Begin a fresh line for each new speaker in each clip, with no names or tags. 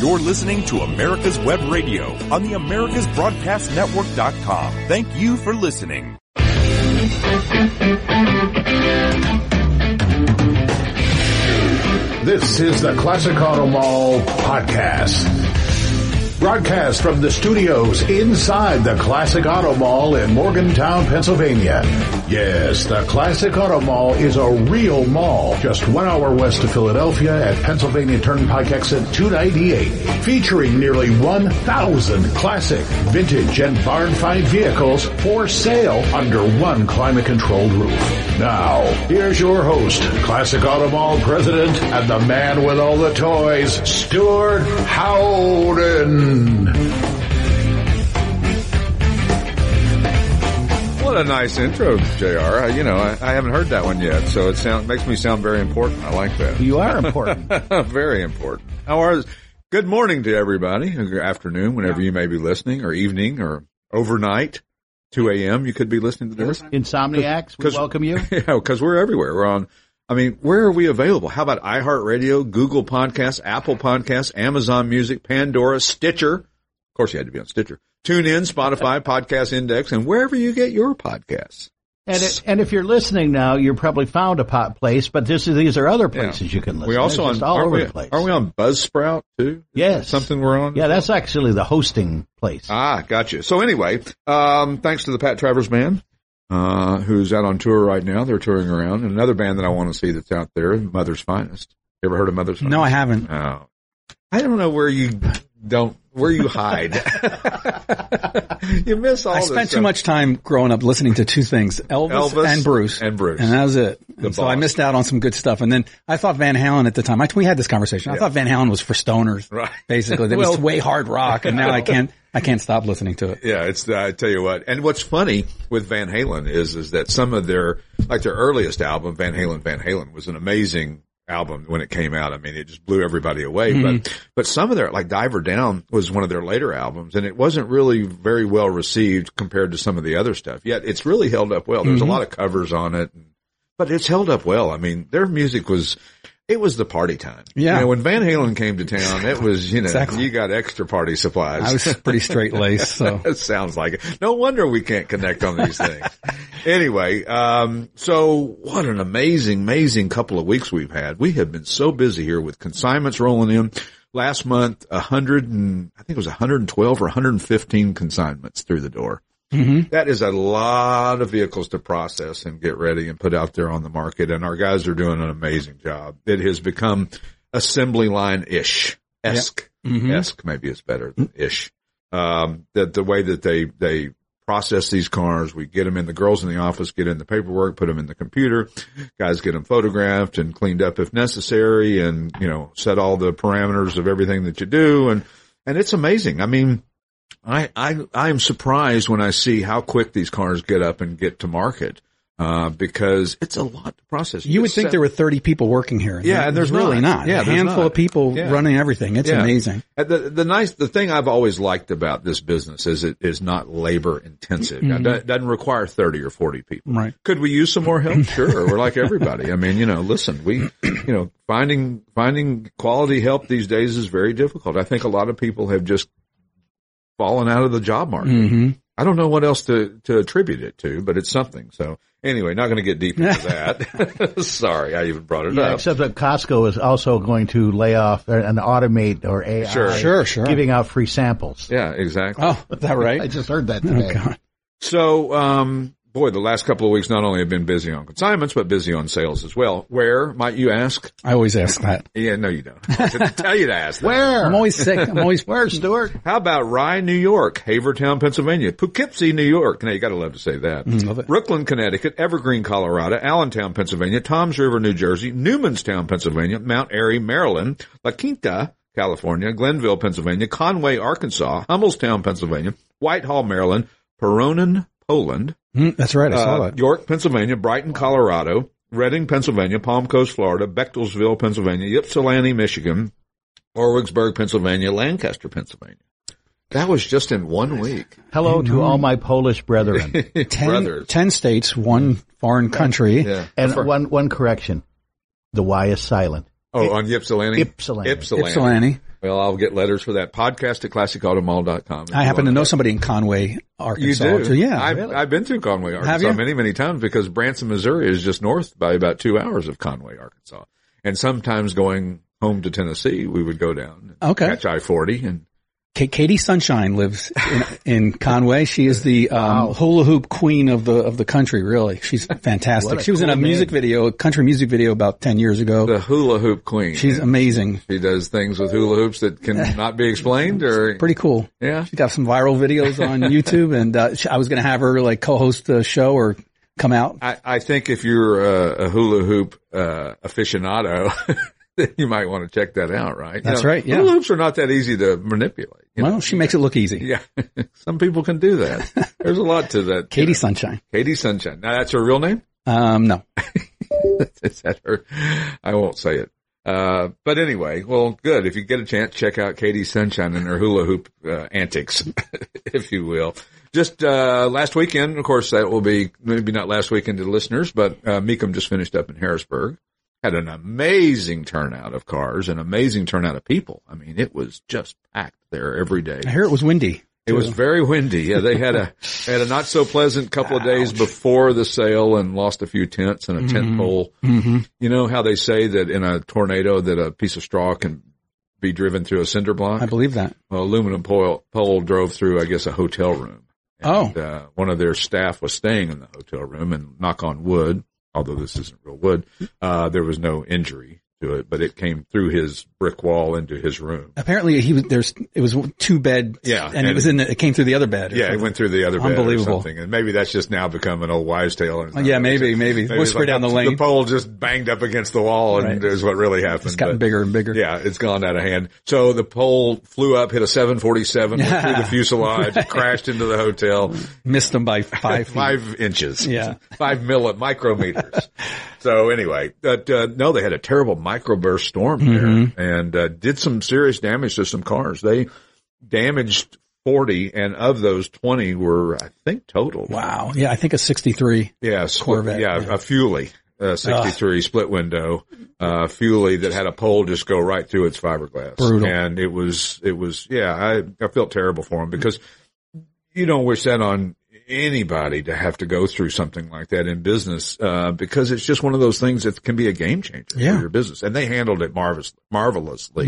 You're listening to America's Web Radio on the AmericasBroadcastNetwork.com. Thank you for listening.
This is the Classic Auto Mall podcast. Broadcast from the studios inside the Classic Auto Mall in Morgantown, Pennsylvania. Yes, the Classic Auto Mall is a real mall, just one hour west of Philadelphia at Pennsylvania Turnpike exit 298, featuring nearly 1,000 classic, vintage, and barn find vehicles for sale under one climate-controlled roof. Now, here's your host, Classic Auto Mall president and the man with all the toys, Stuart Howden.
What a nice intro, Jr. I, you know, I, I haven't heard that one yet, so it sound makes me sound very important. I like that.
You are important.
very important. How are? Good morning to everybody. Good afternoon, whenever you may be listening, or evening, or overnight, two a.m. You could be listening to this.
Insomniacs, we
'Cause-
welcome you.
Yeah, because we're everywhere. We're on. I mean, where are we available? How about iHeartRadio, Google Podcasts, Apple Podcasts, Amazon Music, Pandora, Stitcher? Of course, you had to be on Stitcher. Tune in, Spotify, Podcast Index, and wherever you get your podcasts.
And, it, and if you're listening now, you're probably found a pot place, but this is, these are other
Yeah.
places you can listen.
We also
They're
on
just all
aren't
over
we,
the place.
Are we on Buzzsprout too? Is
Yes.
that something we're on.
Yeah, that's actually the hosting place.
Ah, gotcha. So anyway, um, thanks to the Pat Travers band, uh, who's out on tour right now. They're touring around. And another band that I want to see that's out there, Mother's Finest. You ever heard of Mother's
No, I
Finest?
haven't.
Oh. I don't know where you don't where you hide. you miss all.
I
this
spent too
stuff.
much time growing up listening to two things, Elvis,
Elvis
and Bruce.
and Bruce.
And that was it.
The
And so I
boss.
missed out on some good stuff. And then I thought Van Halen at the time, I, we had this conversation. I thought Van Halen was for stoners.
Right.
Basically, that
Well-
was way hard rock. And now I can't, I can't stop listening to it.
Yeah, it's uh, I tell you what. And what's funny with Van Halen is is that some of their like their earliest album, Van Halen, Van Halen, was an amazing album when it came out. I mean, it just blew everybody away.
Mm-hmm.
But but some of their like Diver Down was one of their later albums, and it wasn't really very well received compared to some of the other stuff. Yet it's really held up well.
Mm-hmm.
There's a lot of covers on it, but it's held up well. I mean, their music was. It was the party time.
Yeah.
You know, when Van Halen came to town, it was, you know,
Exactly.
you got extra party supplies.
I was pretty straight laced. So
That sounds like it. No wonder we can't connect on these things. anyway, um, so what an amazing, amazing couple of weeks we've had. We have been so busy here with consignments rolling in. Last month, a hundred and I think it was 112 or 115 consignments through the door. That is a lot of vehicles to process and get ready and put out there on the market. And our guys are doing an amazing job. It has become assembly line ish, esque, esque maybe is better than ish. Um, that the way that they, they process these cars, we get them in the girls in the office, get in the paperwork, put them in the computer, guys get them photographed and cleaned up if necessary and, you know, set all the parameters of everything that you do. And, and it's amazing. I mean, I, I, I am surprised when I see how quick these cars get up and get to market, uh, because it's a lot to process. uh,
you would think there were 30 people working here.
Yeah, and there's
really
not.
not.
Yeah,
a
there's
handful
not.
of people
Yeah.
running everything. It's
Yeah.
amazing.
And The, the nice, the thing I've always liked about this business is it is not labor intensive.
Mm-hmm.
Now, It doesn't require 30 or 40 people.
Right.
Could we use some more help? Sure. We're like everybody. I mean, you know, listen, we, you know, finding, finding quality help these days is very difficult. I think a lot of people have just fallen out of the job market. I don't know what else to, to attribute it to, but it's something. So anyway, not going to get deep into that. Sorry. I even brought it
Yeah,
up.
except that Costco is also going to lay off and automate or AI,
Sure.
Sure, sure.
giving out free samples.
yeah, exactly.
Oh, is that
I
right?
just heard that today.
God.
So, um, boy, the last couple of weeks not only have been busy on consignments, but busy on sales as well. Where, might you ask?
I always ask that.
Yeah, no, you don't. I should tell you to ask that.
Where?
I'm always sick. I'm always
Where, Stuart?
How about Rye, New York, Havertown, Pennsylvania, Poughkeepsie, New York. Now you gotta love to say that.
Mm, love it.
Brooklyn, Connecticut, Evergreen, Colorado, Allentown, Pennsylvania, Toms River, New Jersey, Newmanstown, Pennsylvania, Mount Airy, Maryland, La Quinta, California, Glenville, Pennsylvania, Conway, Arkansas, Hummelstown, Pennsylvania, Whitehall, Maryland, Peronin, Poland,
Mm, that's right. I saw
uh,
that.
York, Pennsylvania, Brighton, Colorado, Reading, Pennsylvania, Palm Coast, Florida, Bechtelsville, Pennsylvania, Ypsilanti, Michigan, Orwigsburg, Pennsylvania, Lancaster, Pennsylvania. That was just in one week.
Hello to all my Polish brethren.
Ten,
Brothers.
ten states, one foreign country.
Yeah.
and one, one correction. The Y is silent.
Oh, on Ypsilanti?
Ypsilanti.
Ypsilanti.
Ypsilanti.
Well, I'll get letters for that. Podcast at classicautomall.com.
I happen to know somebody in Conway,
You
Arkansas.
do?
too. Yeah.
I've, I've been through Conway, Arkansas
you?
many, many times because Branson, Missouri is just north by about two hours of Conway, Arkansas. And sometimes going home to Tennessee, we would go down and
Okay.
catch I-40 and
Ka- Katie Sunshine lives in, in Conway. She is the um, hula hoop queen of the of the country. Really, she's fantastic. she was in a music video, a country music video about ten years ago.
the hula hoop queen.
She's amazing.
she does things with hula hoops that can not be explained or,
Pretty cool.
yeah.
She got some viral videos on YouTube, and uh, she, I was going to have her like co-host the show or come out.
I, I think if you're a, a hula hoop uh, aficionado, you might want to check that out, right? You
That's right, yeah.
Hula hoops are not that easy to manipulate. you know?
Well, she makes it look easy.
Yeah, some people can do that. There's a lot to that.
Katie Sunshine.
Katie Sunshine. Now that's her real name.
Um, no.
Is that her? I won't say it. Uh, but anyway, well, good. If you get a chance, check out Katie Sunshine and her hula hoop uh, antics, if you will. Just uh, last weekend, of course, that will be maybe not last weekend to the listeners, but uh, Meekum just finished up in Harrisburg. Had an amazing turnout of cars, an amazing turnout of people. I mean, it was just packed there every day.
I hear it was windy.
It was very windy. Yeah, they had a had a not so pleasant couple of days before the sale and lost a few tents and a
Mm-hmm.
tent pole. You know how they say that in a tornado that a piece of straw can be driven through a cinder block.
I believe that.
Well, aluminum pole, pole drove through, I guess, a hotel room.
Oh.
And, uh, one of their staff was staying in the hotel room, and knock on wood, although this isn't real wood, uh, there was no injury to it, but it came through his brick wall into his room.
Apparently, he was there's. It was two bed.
Yeah,
and,
and-
it was in. The, it came through the other bed. or
Yeah, it
something.
went through the other bed
Unbelievable.
or something, and maybe that's just now become an old wives' tale. and it's not
Uh, Yeah,
really
maybe,
true.
maybe.
it's
Whisper down the lane.
The pole just banged up against the wall, and
Right.
is what really happened.
It's gotten
but-
bigger and bigger.
Yeah, it's gone out of hand. So the pole flew up, hit a 747, went through the fuselage, crashed into the hotel,
Missed them by five. feet.
five inches,
Yeah.
five milli micrometers. so anyway, but uh, no, they had a terrible microburst storm
Mm-hmm.
there and uh, did some serious damage to some cars. They damaged. 40 and of those 20 were, I think, total.
Wow. Yeah, I think a 63.
Yeah, split-
Corvette,
Yeah,
yeah.
a Fuley, uh, 63 split window, uh, Fuley that had a pole just go right through its fiberglass.
Brutal.
And it was, it was, yeah, I, I felt terrible for him because you don't wish that on anybody to have to go through something like that in business, uh, because it's just one of those things that can be a game changer
Yeah. Mm-hmm.
for your business. And they handled it marvelous, marvelously.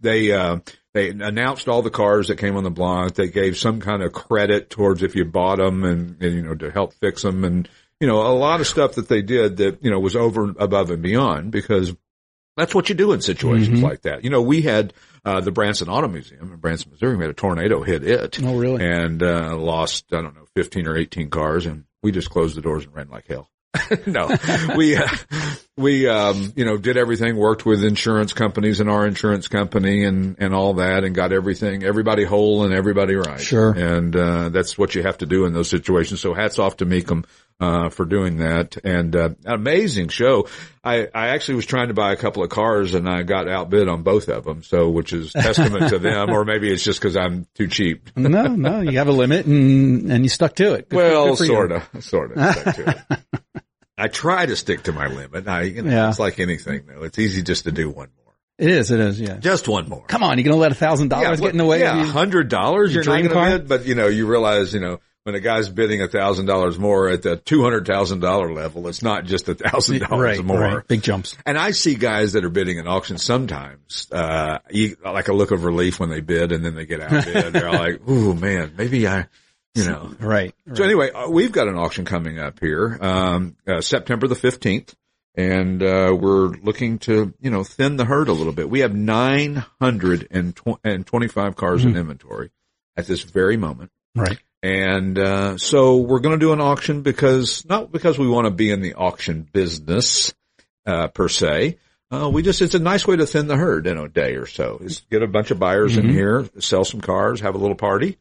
They, uh, they announced all the cars that came on the block. They gave some kind of credit towards if you bought them and, and you know, to help fix them and, you know, a lot of stuff that they did that, you know, was over, above and beyond because that's what you do in situations like that. You know, we had uh, the Branson Auto Museum in Branson, Missouri. We had a tornado hit it.
Oh, really?
And uh, lost, I don't know, 15 or 18 cars, and we just closed the doors and ran like hell. no, we uh, we um, you know did everything, worked with insurance companies and our insurance company and and all that, and got everything, everybody whole and everybody right.
Sure.
and uh, that's what you have to do in those situations. So hats off to Meekum uh, for doing that, and uh, an amazing show. I I actually was trying to buy a couple of cars, and I got outbid on both of them. So which is testament to them, or maybe it's just because I'm too cheap.
No, no, you have a limit and, and you stuck to it. Good for-
Well,
good for you.
sort of, sort of. I try to stick to my limit. I, you know,
Yeah.
it's like anything though. It's easy just to do one more,
It is, it is, yeah.
just one more.
Come on, you're going to let a thousand dollars get in the way
Yeah,
of you?
hundred dollars. You're not
dream
going
car?
to bid, but you know, you realize, you know, when a guy's bidding a thousand dollars more at the two hundred thousand dollar level, it's not just a thousand dollars
Right,
more.
right. Big jumps.
And I see guys that are bidding at auctions sometimes, uh, you, like a look of relief when they bid and then they get outbid. They're like, ooh man, maybe I, you know.
Right.
So anyway, uh, we've got an auction coming up here, um, uh, September the 15th. And, uh, we're looking to, you know, thin the herd a little bit. We have 925 cars in inventory at this very moment.
Hmm. Right.
And, uh, so we're going to do an auction because not because we want to be in the auction business, uh, per se. Uh, we just, it's a nice way to thin the herd in a day or so is get a bunch of buyers
Mm-hmm.
in here, sell some cars, have a little party,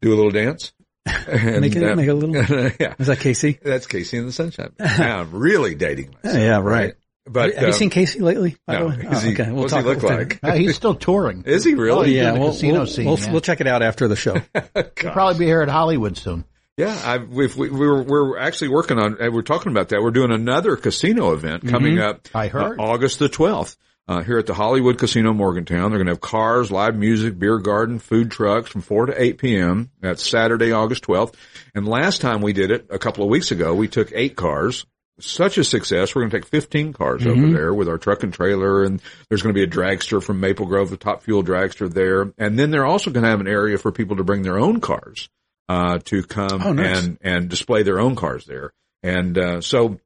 do a little dance. And
Make it,
that-
make a little.
yeah,
Is that Casey?
that's Casey and the Sunshine. Band. Now I'm really dating myself.
Yeah, right.
But
Have you
um,
seen Casey lately? by
no.
the way? Oh,
Is he-
okay. We'll
what's he
talk
look
about
like?
that.
Uh, he's still touring.
um, Is he
Oh,
really?
yeah.
Yeah,
the
we'll,
casino
we'll,
scene,
we'll,
yeah.
we'll check it out after the show.
He'll probably be here at Hollywood soon.
Yeah, I, we've, we, we're we're actually uh, working on. and We're talking about that. We're doing another casino event coming up.
Mm-hmm. I heard.
uh, August the twelfth. uh, here at the Hollywood Casino Morgantown. They're going to have cars, live music, beer garden, food trucks from 4 to 8 p.m. That's Saturday, August 12th. And last time we did it, a couple of weeks ago, we took eight cars. Such a success. We're going to take 15 cars
Mm-hmm.
over there with our truck and trailer. And there's going to be a dragster from Maple Grove, the top fuel dragster there. And then they're also going to have an area for people to bring their own cars, uh, to come
Oh, nice.
and, and display their own cars there. And, uh, so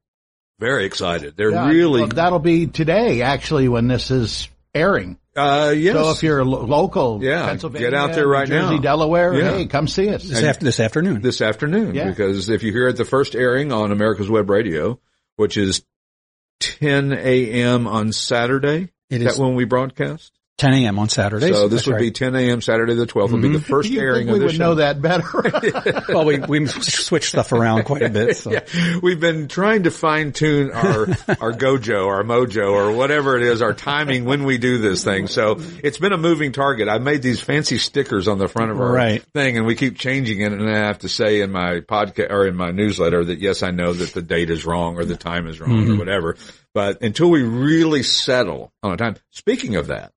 very excited. They're
Yeah,
really,
well, that'll be today, actually, when this is airing.
uh, yes.
So if you're lo- local,
Yeah,
Pennsylvania,
get out there
New
right
Jersey,
now.
Delaware,
Yeah.
hey, come see us.
This, after, this afternoon.
this afternoon
Yeah.
because if you hear it the first airing on America's Web Radio, which is 10 a.m. on Saturday,
It
is
is.
that when we broadcast?
10 a.m. on Saturday.
so this
That's
would
right.
be 10 a.m. Saturday the 12th would be the first
Mm-hmm. You
airing
think
of
we
this
would
show.
know that better.
well, we we switch stuff around quite a bit. So.
Yeah. We've been trying to fine tune our, our gojo, our mojo, or whatever it is, our timing when we do this thing. So it's been a moving target. I made these fancy stickers on the front of our
Right.
thing and we keep changing it. And I have to say in my podcast or in my newsletter that yes, I know that the date is wrong or the time is wrong
Mm-hmm.
or whatever. But until we really settle on a time, speaking of that,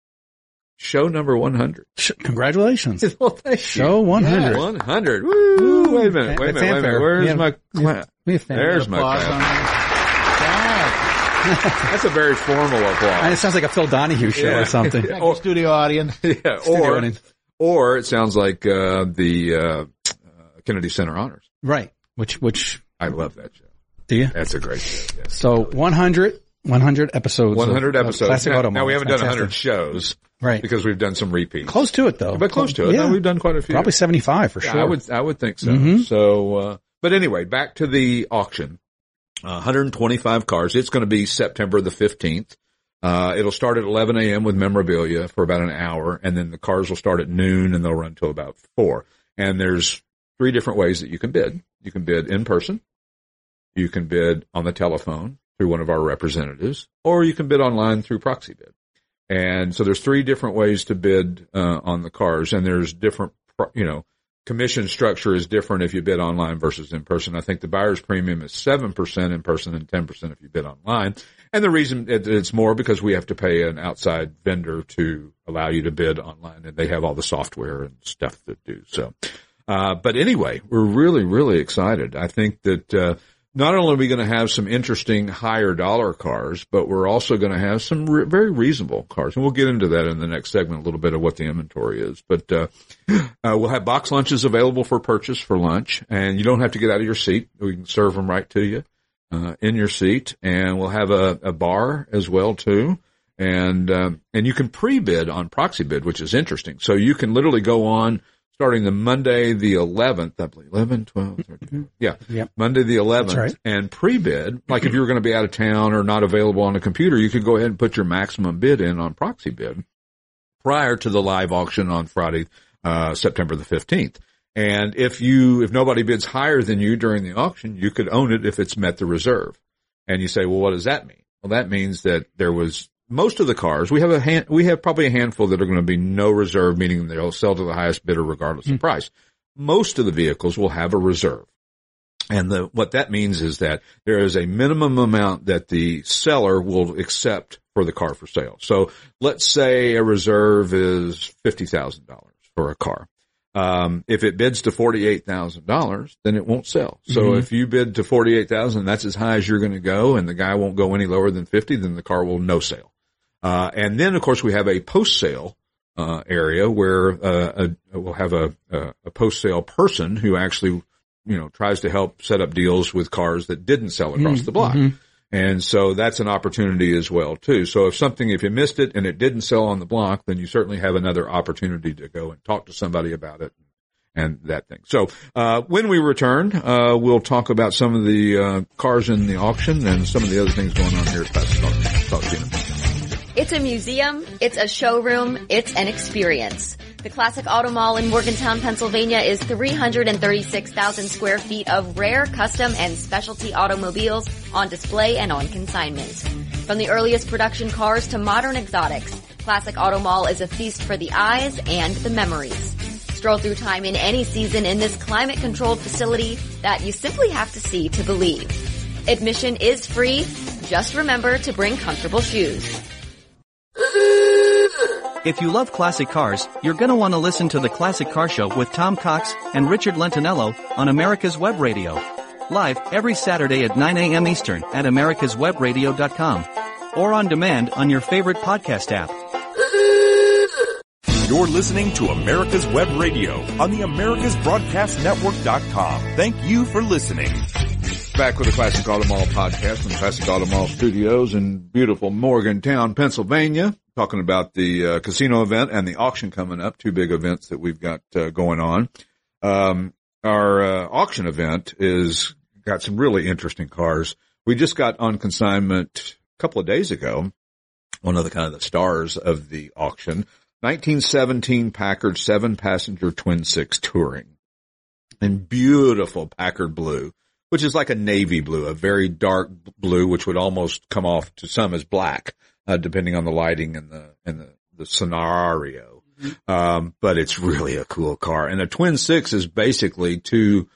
show number 100.
Sh- Congratulations.
well, thank
Show 100.
100. Woo! Wait a
Fan-
minute. Wait a minute. Wait a minute.
fanfare.
Where's
Yeah.
my clap?
We have fan-
There's my
Applause
clap.
on that.
That's a very formal
And it
applause.
sounds like a Phil Donahue show
Yeah.
or something.
Yeah. Thank you, studio audience.
Yeah,
Studio
or,
audience.
or it sounds like uh, the uh, Kennedy Center Honors.
Right. Which, which,
I love that show.
do you?
That's a great show. yes.
So 100, 100 episodes. of-
100
of
episodes.
Classic
now,
Automobile.
now we haven't done
Fantastic.
100 shows
Right.
because we've done some repeats.
Close to it though.
but close to it.
Yeah.
No, we've done quite a few.
Probably 75 for
Yeah,
sure. Mm-hmm.
I would, I would think so. So, uh, but anyway, back to the auction. Uh, 125 cars. It's going to be September the 15th. Uh, it'll start at 11 a.m. with memorabilia for about an hour, and then the cars will start at noon and they'll run till about four. And there's three different ways that you can bid. You can bid in person, you can bid on the telephone through one of our representatives, or you can bid online through proxy bid. And so there's three different ways to bid uh, on the cars, and there's different, pro- you know, commission structure is different if you bid online versus in person. I think the buyer's premium is seven percent in person and ten percent if you bid online. And the reason it, it's more because we have to pay an outside vendor to allow you to bid online, and they have all the software and stuff that do so. Uh, but anyway, we're really, really excited. I think that uh, not only are we going to have some interesting higher dollar cars, but we're also going to have some re- very reasonable cars. And we'll get into that in the next segment a little bit of what the inventory is. But uh, uh, we'll have box lunches available for purchase for lunch, and you don't have to get out of your seat. We can serve them right to you uh, in your seat, and we'll have a, a bar as well too. And um, and you can pre-bid on proxy bid, which is interesting. So you can literally go on starting the Monday the 11th, I believe, 11, 12, 13, yeah,
Mm-hmm. Yep.
Monday the 11th,
right.
and pre-bid. Like if you were going to be out of town or not available on a computer, you could go ahead and put your maximum bid in on proxy bid prior to the live auction on Friday, uh, September the 15th. And if you, if nobody bids higher than you during the auction, you could own it if it's met the reserve. And you say, well, what does that mean? Well, that means that there was most of the cars. We have a hand, we have probably a handful that are going to be no reserve, meaning they'll sell to the highest bidder regardless of price. Most of the vehicles will have a reserve. And the, what that means is that there is a minimum amount that the seller will accept for the car for sale. So let's say a reserve is $50,000 for a car. Um, if it bids to $48,000, then it won't sell. So if you bid to 48,000, that's as high as you're going to go and the guy won't go any lower than 50, then the car will no sale. Uh, and then of course we have a post sale uh, area where uh, a, we'll have a, a, a post sale person who actually you know tries to help set up deals with cars that didn't sell across the block. And so that's an opportunity as well too. So if something, if you missed it and it didn't sell on the block, then you certainly have another opportunity to go and talk to somebody about it and that thing. So uh, when we return, uh, we'll talk about some of the uh, cars in the auction and some of the other things going on here at Classic Auto. Talk to you in a minute.
It's a museum, it's a showroom, it's an experience. The Classic Auto Mall in Morgantown, Pennsylvania is 336,000 square feet of rare, custom, and specialty automobiles on display and on consignment. From the earliest production cars to modern exotics, Classic Auto Mall is a feast for the eyes and the memories. Stroll through time in any season in this climate controlled facility that you simply have to see to believe. Admission is free. Just remember to bring comfortable shoes.
If you love classic cars, you're gonna wanna listen to the Classic Car Show with Tom Cox and Richard Lentinello on America's Web Radio. Live every Saturday at 9 a.m. Eastern at americaswebradio.com or on demand on your favorite podcast app.
You're listening to America's Web Radio on the AmericasBroadcastNetwork.com. Thank you for listening.
Back with the Classic Auto Mall podcast from Classic Auto Mall Studios in beautiful Morgantown, Pennsylvania. Talking about the uh, casino event and the auction coming up, two big events that we've got uh, going on. Um, our uh, auction event is got some really interesting cars. We just got on consignment a couple of days ago. One of the kind of the stars of the auction, 1917 Packard seven passenger twin six touring in beautiful Packard blue, which is like a navy blue, a very dark blue, which would almost come off to some as black, uh, depending on the lighting and the, and the, the scenario. Um, but it's really a cool car. And a twin six is basically two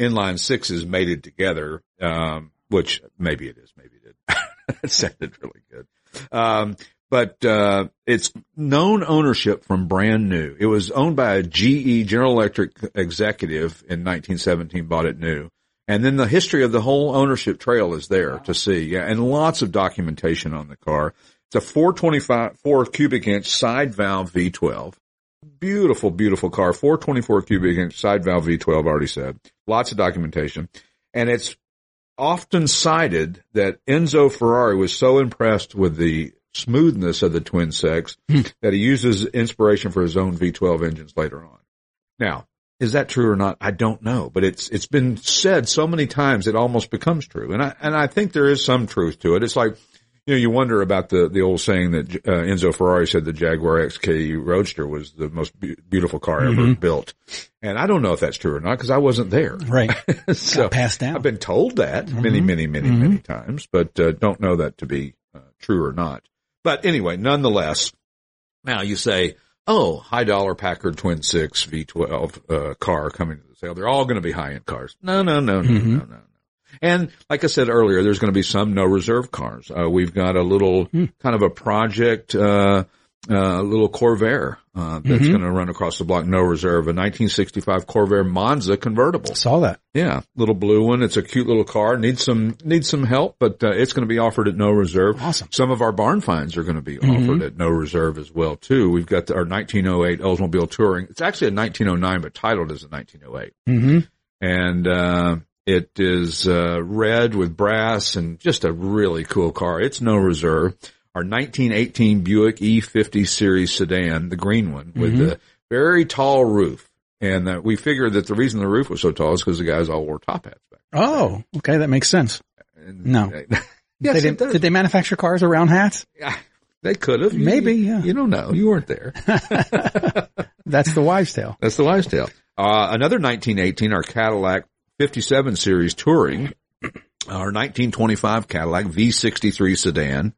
inline sixes mated together. Um, which maybe it is, maybe it isn't. it sounded really good. Um, but, uh, it's known ownership from brand new. It was owned by a GE General Electric executive in 1917, bought it new. And then the history of the whole ownership trail is there to see. Yeah. And lots of documentation on the car. It's a 425, four cubic inch side valve V12. Beautiful, beautiful car. 424 cubic inch side valve V12, already said. Lots of documentation. And it's often cited that Enzo Ferrari was so impressed with the smoothness of the twin sex that he uses inspiration for his own V12 engines later on. Now, is that true or not? I don't know, but it's, it's been said so many times it almost becomes true. And I, and I think there is some truth to it. It's like, you know, you wonder about the, the old saying that uh, Enzo Ferrari said the Jaguar XK Roadster was the most be- beautiful car ever built. And I don't know if that's true or not because I wasn't there.
Right.
so
passed down. Mm-hmm.
I've been told that many, many, many, many times, but uh, don't know that to be uh, true or not. But anyway, nonetheless, now you say, oh, high dollar Packard Twin Six V12 uh, car coming to the sale. They're all going to be high end cars. No, no, no, no,
Mm-hmm.
no, no, no. And like I said earlier, there's going to be some no reserve cars. Uh, we've got a little
Hmm.
kind of a project, uh, uh, little Corvair, uh, that's
Mm-hmm.
going to run across the block, no reserve, a 1965 Corvair Monza convertible.
Saw that.
Yeah, little blue one. It's a cute little car. Needs some needs some help, but uh, it's going to be offered at no reserve.
Awesome.
Some of our barn finds are going to be offered at no reserve as well too. We've got the, our 1908 Oldsmobile Touring. It's actually a 1909, but titled as a 1908,
Mm-hmm.
and uh, it is uh, red with brass and just a really cool car. It's no reserve. Our 1918 Buick E50 series sedan, the green one with
Mm-hmm.
the very tall roof. And uh, we figured that the reason the roof was so tall is because the guys all wore top hats back.
Oh, okay. That makes sense.
And-
No.
yes,
they
it
didn't,
does.
did they manufacture cars around hats?
They could have. You-
Maybe,
You,
yeah.
you don't know. You weren't there.
That's the wives' tale.
That's the lifestyle. Uh, another 1918, our Cadillac 57 Series Touring, our 1925 Cadillac V63 sedan,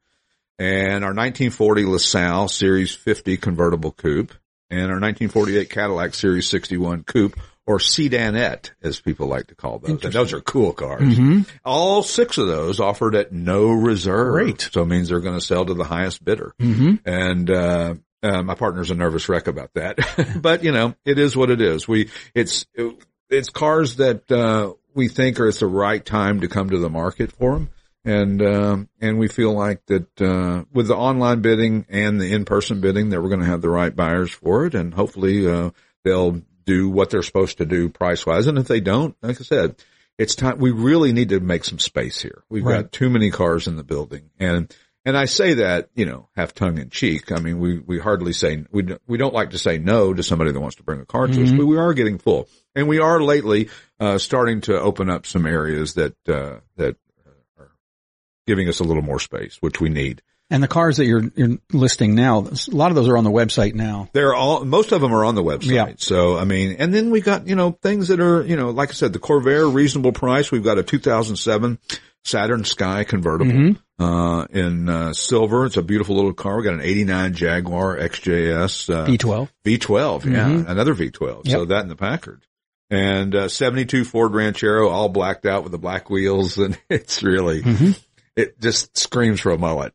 and our 1940 LaSalle Series 50 convertible coupe, and our 1948 Cadillac Series 61 coupe, or sedanette, as people like to call those. And those are cool cars. All six of those offered at no reserve.
Great.
So it means they're going to sell to the highest bidder. And, uh, uh, my partner's a nervous wreck about that, but you know, it is what it is. We, it's, it's cars that, uh, we think are, it's the right time to come to the market for them. And, um, and we feel like that, uh, with the online bidding and the in-person bidding that we're going to have the right buyers for it. And hopefully, uh, they'll do what they're supposed to do price wise. And if they don't, like I said, it's time we really need to make some space here. We've got
Right.
too many cars in the building, and and I say that you know half tongue in cheek. I mean, we we hardly say we don't- we don't like to say no to somebody that wants to bring a car to us, but we are getting full, and we are lately uh, starting to open up some areas that uh, that uh, are giving us a little more space, which we need.
And the cars that you're you're listing now, a lot of those are on the website now.
They're all most of them are on the website.
Yeah.
So I mean, and then we got you know things that are you know like I said, the Corvair reasonable price. We've got a 2007 Saturn Sky convertible
Mm-hmm.
uh, in uh, silver. It's a beautiful little car. We got an 89 Jaguar XJS uh,
D12.
V12, yeah, another V12. So
Mm-hmm. Yep.
that and the Packard.
Mm-hmm.
And uh, 72 Ford Ranchero, all blacked out with the black wheels, and it's really it just screams for a mullet.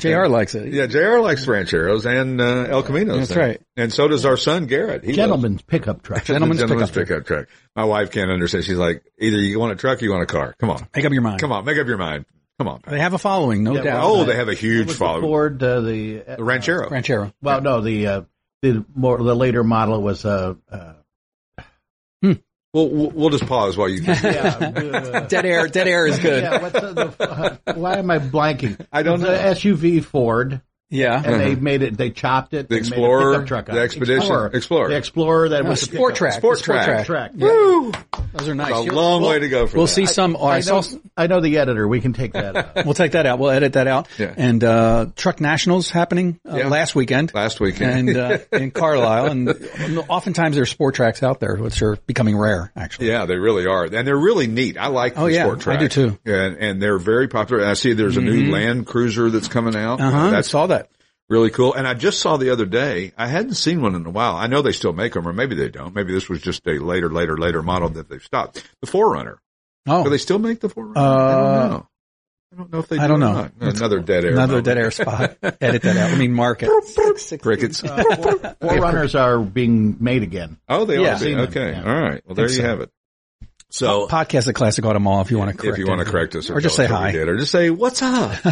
JR likes it.
Yeah, JR likes rancheros and uh, El Caminos.
That's
now.
right.
And so does our son Garrett. He loves
Gentleman's pickup truck.
the
Gentleman's
gentleman's
pickup
pickup truck. My wife can't understand. She's like, either you want a truck or you want a car. Come on,
Make up your mind.
come on, make up your mind. Come on.
They have a following, no
Yeah,
doubt.
Oh, they have a huge
Was the
following.
Ford, uh, the,
the ranchero.
Ranchero.
well, no, the uh, the more the later model was uh, uh,
We'll, we'll we'll just pause while you.
yeah, uh,
Dead air. Dead air is good.
yeah. What's the, the, uh, why am I blanking?
I don't
the
know.
SUV Ford.
Yeah.
and they made it. They chopped it.
The
they made a
Explorer,
pickup truck out
the
of it.
Expedition, Explorer.
the Explorer that
Uh,
was the
sport
pickup.
track.
Sport
The
track.
Track. yeah.
Woo!
Those are nice.
A
You're-
long way to go for
We'll
that.
see some. oh, I,
I know,
saw.
I know the editor. We can take that. out.
We'll take that out. We'll edit that out.
Yeah.
And uh, truck nationals happening uh,
Yeah.
last weekend.
Last weekend.
and uh, in Carlisle, and oftentimes there's sport tracks out there, which are becoming rare. Actually,
Yeah, they really are, and they're really neat. I like
Oh,
the
yeah,
sport
I
track.
do too. Mm-hmm.
and, and they're very popular. And I see there's a new Land Cruiser that's coming out.
uh-huh. I
That's
saw that.
really cool. And I just saw the other day. I hadn't seen one in a while. I know they still make them, or maybe they don't. Maybe this was just a later, later, later model that they've stopped. The Forerunner. Do
Oh,
they still make the Forerunner? I
Uh,
don't know. I don't know if they.
I
do
don't
or
know.
not. Another dead air.
another
moment.
dead air spot. Edit that out. I mean, mark it.
Crickets.
Uh,
Forerunners are being made again.
oh, they
Yeah.
are. Being, okay.
yeah.
All right. Well, there you
so.
have it. So.
Podcast at Classic Auto Mall if you want to correct.
if you want to
anything.
correct us,
or just
tell us
say
what we
hi.
did, or just say what's up,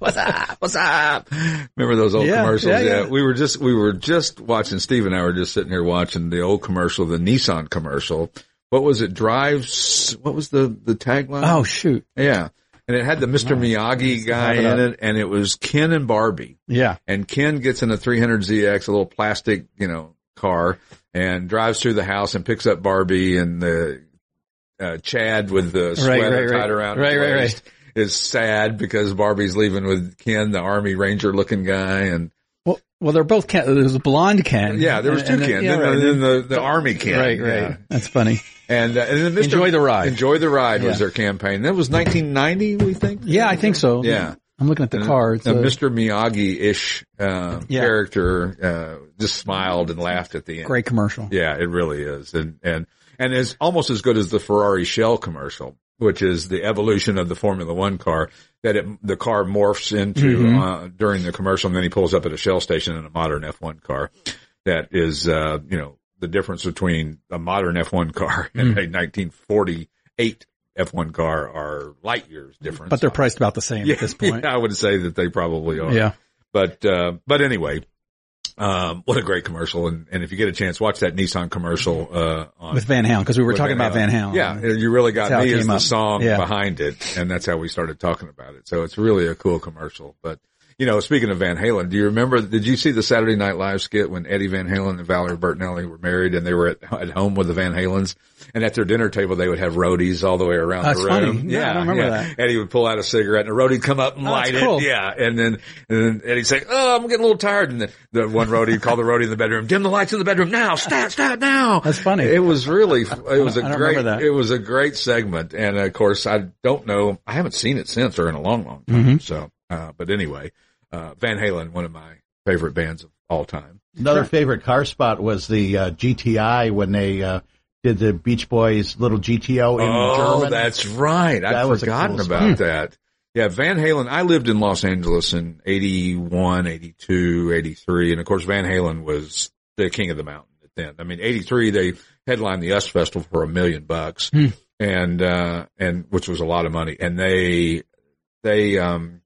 what's up, what's up. Remember those old
Yeah,
commercials?
yeah, yeah.
we were just we were just watching. Steve and I were just sitting here watching the old commercial, the Nissan commercial. What was it? Drives. What was the the tagline?
Oh shoot!
yeah, and it had the Mr. Miyagi guy
it
in
up.
it, and it was Ken and Barbie
Yeah,
and Ken gets in a 300ZX, a little plastic, you know, car and drives through the house and picks up Barbie and the, uh, Chad with the sweater
right, right.
tied around his
Right, right, right.
waist is sad because Barbie's leaving with Ken, the army ranger looking guy. And
well, well, they're both Ken. There was a blonde Ken.
yeah, there was
And-
two
and then-
Ken
yeah,
and,
right.
then the, the army Ken.
Right, right.
Yeah.
That's funny.
And, uh, and then Mr.
Enjoy the ride.
Enjoy the ride was their campaign. That was 1990, we think.
Yeah, I think so.
Yeah. Uh,
I'm looking at the Uh, car. It's
The
a-
Mr. Miyagi-ish, uh,
Yeah.
character, uh, just smiled and laughed at the end.
great commercial.
Yeah, it really is, and and and is almost as good as the Ferrari shell commercial, which is the evolution of the Formula One car that it, the car morphs into
Mm-hmm.
uh, during the commercial, and then he pulls up at a shell station in a modern F1 car. That is, uh, you know, the difference between a modern F1 car and
Hmm.
a 1948 F1 car are light years difference.
But they're priced about the same
yeah,
at this point.
yeah, I would say that they probably are.
Yeah.
But uh, but anyway, um, what a great commercial! And, and if you get a chance, watch that Nissan commercial uh, on,
With Van Halen, because we were
with
talking about Van Halen.
Yeah, you really got
That's how
me
it
as
came
the
up.
song
Yeah.
behind it, and that's how we started talking about it. So it's really a cool commercial. But you know, speaking of Van Halen, do you remember? Did you see the Saturday Night Live skit when Eddie Van Halen and Valerie Bertinelli were married, and they were at, at home with the Van Halens, and at their dinner table they would have roadies all the way around
That's
the room.
funny. Yeah, I don't remember that. Oh,
Eddie would pull out a cigarette and a roadie'd come up and
that's
light
cool.
it. Yeah. And then, and then Eddie'd say, Oh, I'm getting a little tired. And the, the one roadie'd call the roadie in the bedroom, dim the lights in the bedroom now. Stat, stat now.
That's funny.
It was really, it was a
I don't
great,
remember that.
it was a great segment. And of course, I don't know. I haven't seen it since or in a long, long time.
Mm-hmm.
So, uh, but anyway, uh, Van Halen, one of my favorite bands of all time.
Another favorite car spot was the uh, GTI when they uh, did the Beach Boys little GTO in
Oh,
German.
that's right. I'd
That was a
forgotten
cool Hmm.
about that. Yeah, Van Halen. I lived in Los Angeles in 81, 82, 83. And of course, Van Halen was the king of the mountain then. I mean, 83, they headlined the US Festival for a million bucks
Hmm.
and, uh, and which was a lot of money. And they, they, um,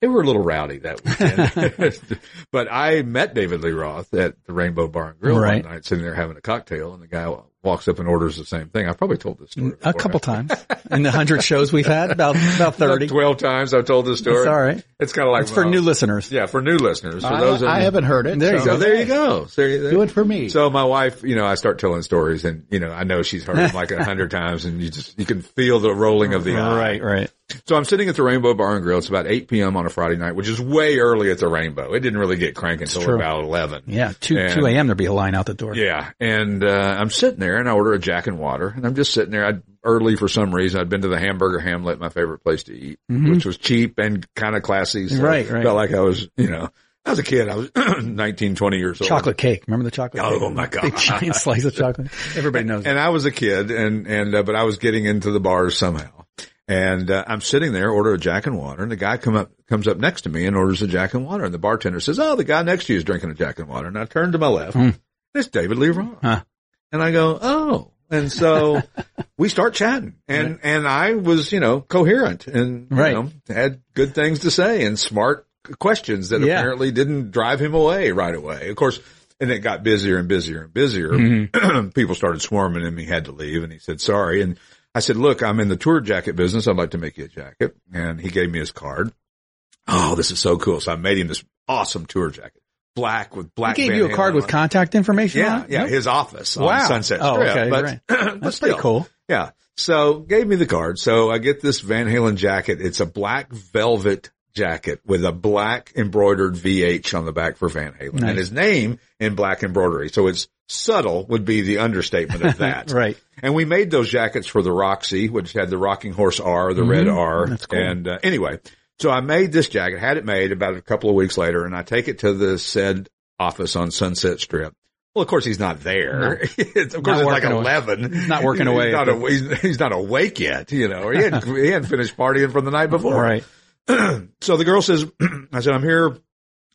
they were a little rowdy that weekend, but I met David Lee Roth at the Rainbow Bar and Grill
Right.
one night, sitting there having a cocktail, and the guy walks up and orders the same thing. I probably told this story
A
before.
couple times in the hundred shows we've had, about about thirty.
About Twelve times I've told this story.
It's all right.
It's kind of like
It's for
well,
new listeners.
Yeah, for new listeners. For
I,
those, of
I
you-
haven't heard it.
There you
so-
So there you go. So you-
Do it for me.
So my wife, you know, I start telling stories, and you know, I know she's heard them like a hundred times, and you just you can feel the rolling of the eye.
Right, right.
So I'm sitting at the Rainbow Bar and Grill. It's about 8 p.m. on a Friday night, which is way early at the Rainbow. It didn't really get crank until
true.
about 11.
Yeah, two
And-
two a.m. There'd be a line out the door.
Yeah. And, uh, I'm sitting there and I order a Jack and water and I'm just sitting there. I'd early for some reason. I'd been to the Hamburger Hamlet, my favorite place to eat, which was cheap and kind of classy. So
Mm-hmm. Right,
it
right.
Felt like I was, you know, I was a kid. I was 19, 20 years old.
Chocolate cake. Remember the chocolate?
Oh,
cake?
my God.
Big giant slice of chocolate. Everybody knows.
And I was a kid and, and, uh, but I was getting into the bars somehow. And uh, I'm sitting there, order a Jack and Water, and the guy come up comes up next to me and orders a Jack and Water, and the bartender says, "Oh, the guy next to you is drinking a Jack and Water." And I turn to my left, it's David Lee Roth,
Huh.
and I go, "Oh." And so we start chatting, and and I was you know coherent and you
Right.
know, had good things to say and smart questions that
Yeah.
apparently didn't drive him away right away. Of course, and it got busier and busier and busier.
Mm-hmm.
People started swarming him. He had to leave and he said, sorry. And I said, look, I'm in the tour jacket business. I'd like to make you a jacket. And he gave me his card. Oh, this is so cool. So I made him this awesome tour jacket, black with
I
black.
gave
Van
you a
Halen
card with
on it.
contact information. on
Yeah,
it?
yeah,
Yep.
his office
Wow.
on Sunset
Oh,
Strip.
okay,
but,
right.
but
That's pretty
still.
cool.
Yeah. So gave me the card. So I get this Van Halen jacket. It's a black velvet jacket with a black embroidered VH on the back for Van Halen
Nice.
and his name in black embroidery. So it's subtle would be the understatement of that.
Right.
And we made those jackets for the Roxy, which had the rocking horse R, the red R.
Mm-hmm. cool.
And uh, anyway, so I made this jacket, had it made about a couple of weeks later, and I take it to the said office on Sunset Strip. Well, of course he's not there. It's- of course
Not
it's like
working away.
eleven. He's
not working away.
He's not, awa- he's, he's not awake yet. You know, he hadn't, he hadn't finished partying from the night before.
Right.
So the girl says, I said, I'm here.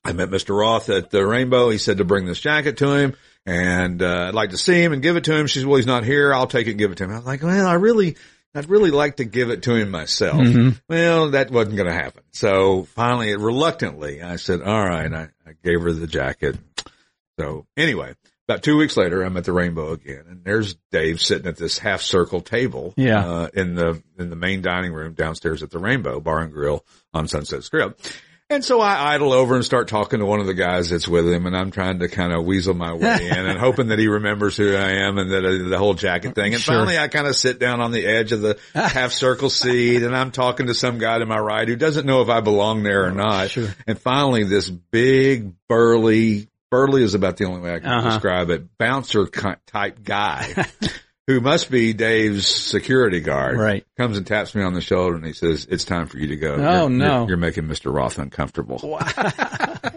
I met Mr. Roth at the Rainbow. He said to bring this jacket to him and, uh, I'd like to see him and give it to him. She said, well, he's not here. I'll take it and give it to him. I was like, well, I really, I'd really like to give it to him myself. Well, that wasn't going to happen. So finally, reluctantly, I said, all right. I, I gave her the jacket. So anyway, about two weeks later, I'm at the Rainbow again, and there's Dave sitting at this half circle table,
Yeah.
uh, in the in the main dining room downstairs at the Rainbow Bar and Grill on Sunset Strip. And so I idle over and start talking to one of the guys that's with him, and I'm trying to kind of weasel my way in and hoping that he remembers who I am and that uh, the whole jacket thing. And
Sure.
finally, I kind of sit down on the edge of the half circle seat, and I'm talking to some guy to my right who doesn't know if I belong there
Oh,
or not. And finally, this big burly burly is about the only way I can
Uh-huh.
describe it. Bouncer ki- type guy who must be Dave's security guard.
Right.
Comes and taps me on the shoulder and he says, it's time for you to go. You're-
Oh, no.
You're, you're making Mr. Roth uncomfortable.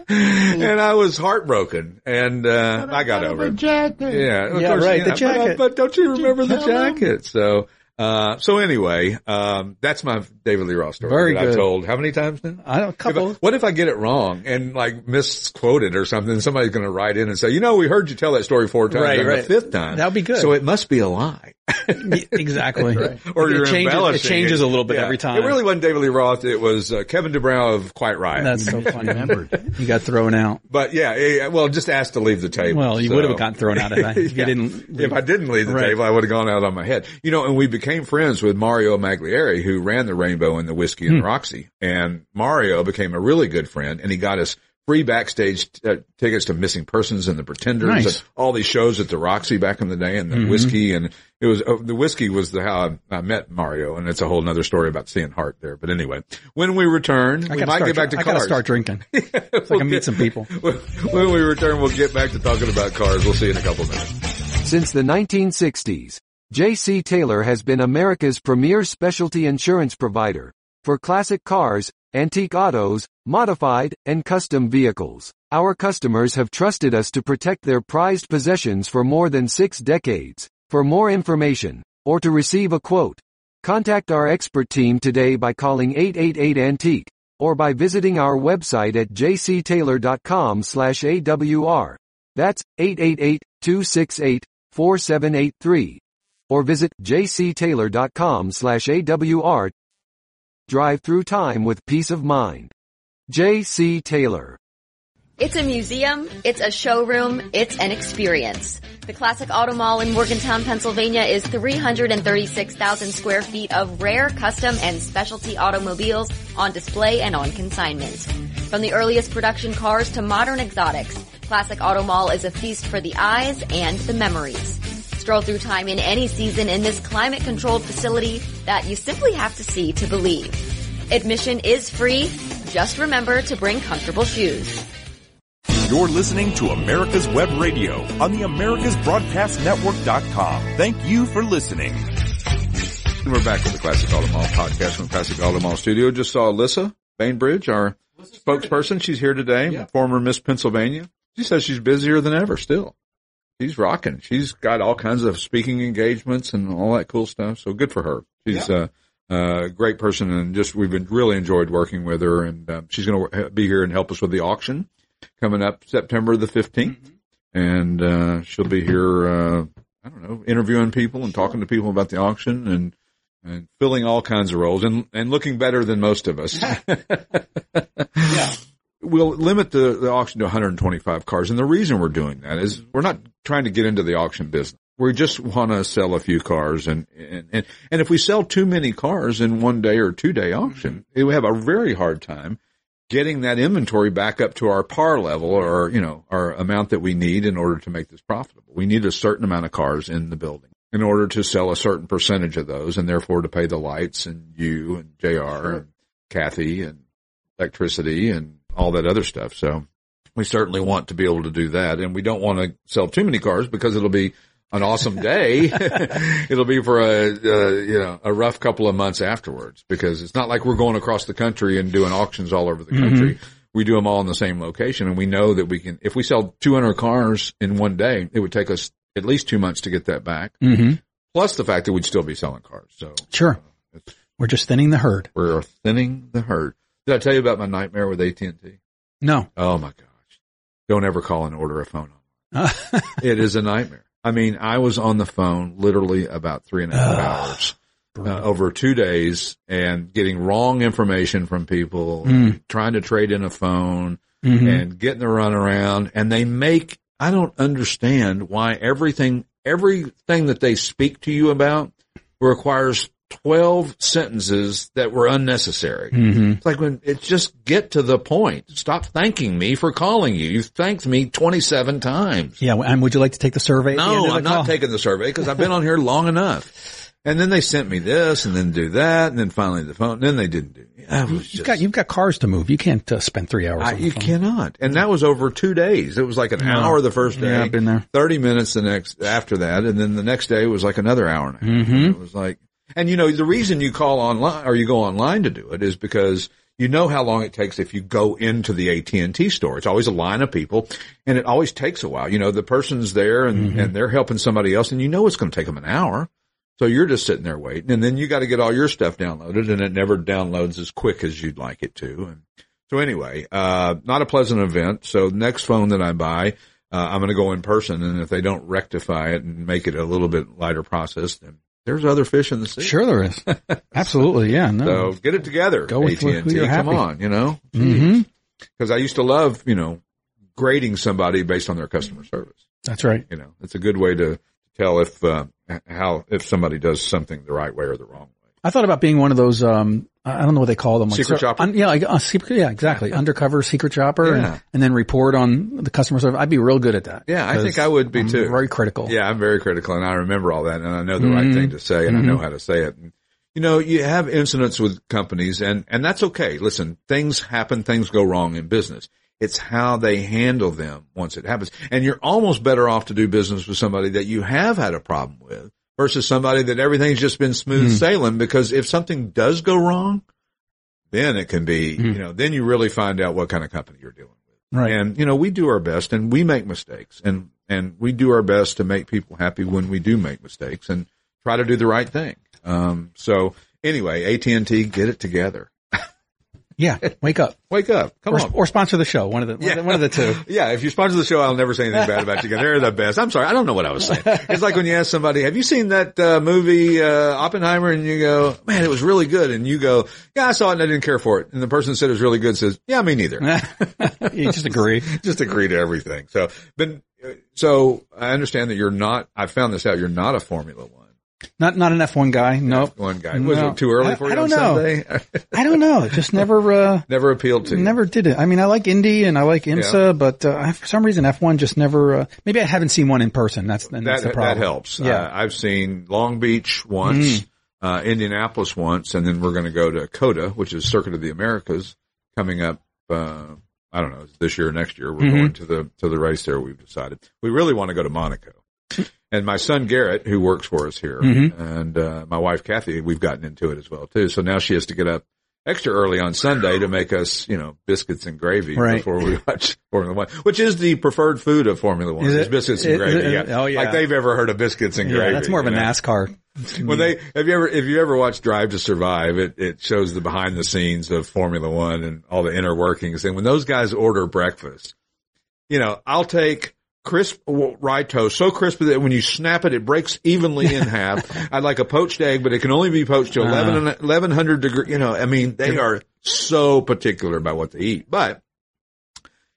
and I was heartbroken and, uh, I got over it.
Jacket.
Yeah. of
Yeah, right, the
but- uh,
jacket.
But, don't you remember the
tell them?
jacket? So, uh, so anyway, um, that's my David Lee Roth story
Very
that
good.
I've told how many times now?
I don't, a
If I-
couple.
what if I get it wrong and like misquote it or something? Somebody's going to write in and say, you know, we heard you tell that story four times
Right,
and
right.
the fifth time.
That'd be good.
So it must be a lie.
Y- exactly.
Or
it
you're
changes, it
embellishing
changes a little bit
Yeah.
every time.
It really wasn't David Lee Roth. It was uh, Kevin DeBrow of Quite Riot.
That's so funny.
Remembered.
you got thrown out.
but yeah, eh, well, just asked to leave the table.
Well, you
so-
would have gotten thrown out if, I, if you didn't.
If I didn't leave the
Right.
table, I would have gone out on my head. You know, and we became friends with Mario Maglieri, who ran the Rainbow and the Whiskey
Hmm.
and Roxy. And Mario became a really good friend, and he got us free backstage uh, tickets to Missing Persons and the Pretenders,
Nice. Mm-hmm.
and all these shows at the Roxy back in the day, and the Whiskey. And it was uh, the Whiskey was the how I, I met Mario, and it's a whole nother story about seeing Hart there. But anyway, when we return,
I
we
gotta
might
start,
get back to
I gotta
cars.
start drinking. so I can meet some people.
when we return, we'll get back to talking about cars. We'll see you in a couple minutes.
Since the 1960s, J.C. Taylor has been America's premier specialty insurance provider for classic cars, antique autos, modified, and custom vehicles. Our customers have trusted us to protect their prized possessions for more than six decades. For more information, or to receive a quote, contact our expert team today by calling 888-ANTIQUE or by visiting our website at jctaylor.com slash awr. That's 888-268-4783. Or visit jctaylor.com slash awr. Drive through time with peace of mind. J.C. Taylor.
It's a museum, it's a showroom, it's an experience. The Classic Auto Mall in Morgantown, Pennsylvania is 336,000 square feet of rare, custom, and specialty automobiles on display and on consignment. From the earliest production cars to modern exotics, Classic Auto Mall is a feast for the eyes and the memories. Stroll through time in any season in this climate controlled facility that you simply have to see to believe. Admission is free. Just remember to bring comfortable shoes.
You're listening to America's Web Radio on the AmericasBroadcastNetwork.com. Thank you for listening.
And we're back with the Classic Auto Mall podcast from Classic Auto Mall Studio. Just saw Alyssa Bainbridge, our spokesperson. She's here today, former Miss Pennsylvania. She says she's busier than ever still. She's rocking. She's got all kinds of speaking engagements and all that cool stuff. So good for her. She's uh, uh, great person, and just we've been really enjoyed working with her. And um, she's going to be here and help us with the auction coming up September the 15th and uh, she'll be here. Uh, I don't know, interviewing people and talking to people about the auction and and filling all kinds of roles and and looking better than most of us. yeah. We'll limit the, the auction to 125 cars, and the reason we're doing that is we're not trying to get into the auction business. We just want to sell a few cars, and and and, and if we sell too many cars in one day or two day auction, we have a very hard time getting that inventory back up to our par level or, you know, our amount that we need in order to make this profitable. We need a certain amount of cars in the building in order to sell a certain percentage of those and therefore to pay the lights and you and JR and Kathy and electricity and all that other stuff. So we certainly want to be able to do that and we don't want to sell too many cars because it'll be an awesome day. It'll be for a, uh you know a rough couple of months afterwards because it's not like we're going across the country and doing auctions all over the country. We do them all in the same location, and we know that we can. If we sell 200 cars in one day, it would take us at least two months to get that back.
Mm.
Plus the fact that we'd still be selling cars. So
Mm-hmm. Sure. We're just thinning the herd.
we're thinning the herd. Did I tell you about my nightmare with AT and T?
No.
Oh my gosh. Don't ever call and order a phone. it is a nightmare. I mean, I was on the phone literally about three and a half hours uh, over two days and getting wrong information from people, and trying to trade in a phone and getting the runaround. And they make, I don't understand why everything, everything that they speak to you about requires 12 sentences that were unnecessary. It's like when it's just get to the point. Stop thanking me for calling you. You've thanked me 27 times.
Yeah. And would you like to take the survey? at the end
No,
of the
I'm not
call?
taking the survey because I've been on here long enough. And then they sent me this and then do that. And then finally the phone. And then they didn't do it. I was just,
You've got, you've got cars to move. You can't uh, spend three hours.
I-
on the
you
phone.
cannot. And that was over two days. It was like an hour the first day.
Yeah, I've been there.
30 minutes the next, after that. And then the next day was like another hour and a half.
Mm-hmm.
And It was like, and you know, the reason you call online or you go online to do it is because you know how long it takes if you go into the AT&T store. It's always a line of people and it always takes a while. You know, the person's there and,
Mm-hmm.
and they're helping somebody else and you know it's going to take them an hour. So you're just sitting there waiting and then you got to get all your stuff downloaded and it never downloads as quick as you'd like it to. And so anyway, uh, not a pleasant event. So next phone that I buy, uh, I'm going to go in person. And if they don't rectify it and make it a little bit lighter process, then there's other fish in the sea.
Sure there is. Absolutely. Yeah.
So
No.
get it together.
Go with who-
AT&T.
who you're
Come
happy.
on, you know,
hmm
because I used to love, you know, grading somebody based on their customer service.
That's right.
You know, it's a good way to tell if, uh, h- how, if somebody does something the right way or the wrong way.
I thought about being one of those. Um, I I don't know what they call them. Like,
Secret
sir-
shopper?
un- yeah, like, uh, secret, yeah, exactly. Undercover secret shopper, and-
Yeah.
and, then report on the customer service. I'd be real good at that.
Yeah. I
'cause
think I would be
I'm
too.
Very critical.
Yeah, I'm very critical, and I remember all that, and I know the right thing to say, and I know how to say it. And, you know, you have incidents with companies, and and that's okay. Listen, things happen, things go wrong in business. It's how they handle them once it happens, and you're almost better off to do business with somebody that you have had a problem with versus somebody that everything's just been smooth sailing. Because if something does go wrong, then it can be, you know, then you really find out what kind of company you're dealing with.
Right.
And you know, we do our best and we make mistakes and and we do our best to make people happy when we do make mistakes and try to do the right thing. Um so anyway, AT&T get it together.
Yeah. Wake up.
Wake up. Come
Or,
on.
or sponsor the show. One of the, one of the- one of the two.
Yeah, if you sponsor the show, I'll never say anything bad about you. 'cause They're the best. I'm sorry, I don't know what I was saying. It's like when you ask somebody, "Have you seen that uh, movie uh, Oppenheimer?" and you go, "Man, it was really good," and you go, "Yeah, I saw it and I didn't care for it," and the person that said it was really good says, "Yeah, me neither."
you just agree.
just agree to everything. So, but so I understand that you're not. I found this out. You're not a Formula One
Not, not an F1 guy. No.
one guy. Was
No.
it too early
I-
for
I
you
don't
on
know.
Sunday?
I don't know. Just never, uh,
Never appealed to. you.
Never did it. I mean, I like Indy and I like IMSA, but uh, I, for some reason F1 just never. Uh, maybe I haven't seen one in person. That's and
That
that's the problem.
that helps.
Yeah. Mm-hmm.
Uh, I've seen Long Beach once, uh, Indianapolis once, and then we're going to go to Coda, which is Circuit of the Americas, coming up. Uh, I don't know this year or next year. We're
Mm-hmm.
going to the to the race there. We've decided we really want to go to Monaco. and my son Garrett, who
Mm-hmm.
works for us here, and uh, my wife Kathy, we've gotten into it as well too. So now she has to get up extra early on Sunday to make us, you know, biscuits and gravy
Right.
before we watch Formula One, which is the preferred food of Formula One.
Is
Is
it?
biscuits and
Is
gravy?
it?
yeah.
Oh, yeah.
Like they've ever heard of biscuits and gravy?
yeah, that's more of a
you know?
NASCAR.
When they have you ever if you ever watched Drive to Survive, it it shows the behind the scenes of Formula One and all the inner workings. And when those guys order breakfast, you know, I'll take crisp w- rye toast, so crisp that when you snap it, it breaks evenly in half. I'd like a poached egg, but it can only be poached
Uh-huh.
to 11 and 1100 degree. You know, I mean, they are so particular about what they eat, but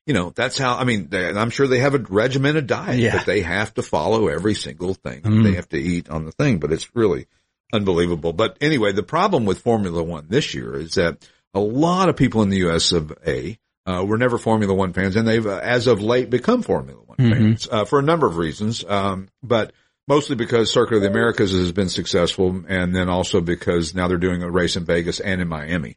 you know, that's how, I mean, they, and I'm sure they have a regimented diet
Yeah.
that they have to follow every single thing that they have to eat on the thing, but it's really unbelievable. But anyway, the problem with Formula One this year is that a lot of people in the U.S. of A. Uh, were never Formula One fans, and they've, uh, as of late, become Formula One fans uh, for a number of reasons. Um, but mostly because Circuit of the Americas has been successful, and then also because now they're doing a race in Vegas and in Miami.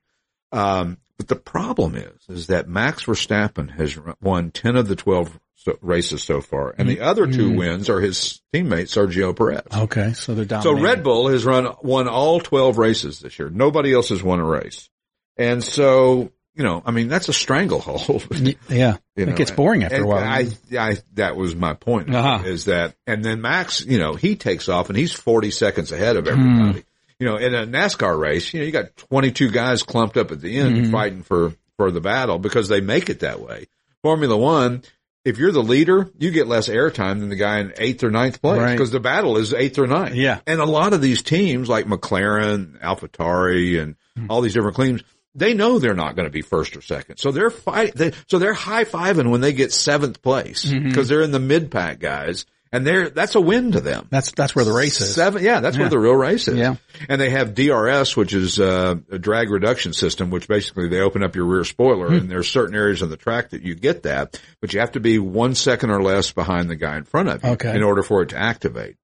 Um, but the problem is, is that Max Verstappen has won 10 of the 12 so- races so far, and the other two wins are his teammate Sergio Perez.
Okay, so they're
So
dominating.
Red Bull has run, won all 12 races this year. Nobody else has won a race. And so, you know, I mean, that's a stranglehold.
Y- yeah,
You
it
know,
gets boring after a
and
while.
I, I, that was my point
Uh-huh.
is that, and then Max, you know, he takes off and he's 40 seconds ahead of everybody.
Hmm.
You know, in a NASCAR race, you know, you got 22 guys clumped up at the end
Mm-hmm.
fighting for, for the battle because they make it that way. Formula One, if you're the leader, you get less airtime than the guy in eighth or ninth place
Right.
because the battle is eighth or ninth.
Yeah.
And a lot of these teams like McLaren, AlphaTauri and all these different teams, they know they're not going to be first or second. So they're fight, they, so they're high fiving when they get seventh place because they're in the mid pack guys and they're, that's a win to them.
that's that's where the race is.
Seven, yeah, that's where the real race is.
Yeah.
And they have DRS, which is uh, a drag reduction system, which basically they open up your rear spoiler
Hmm.
and there's certain areas of the track that you get that, but you have to be one second or less behind the guy in front of you
Okay. Hmm.
in order for it to activate.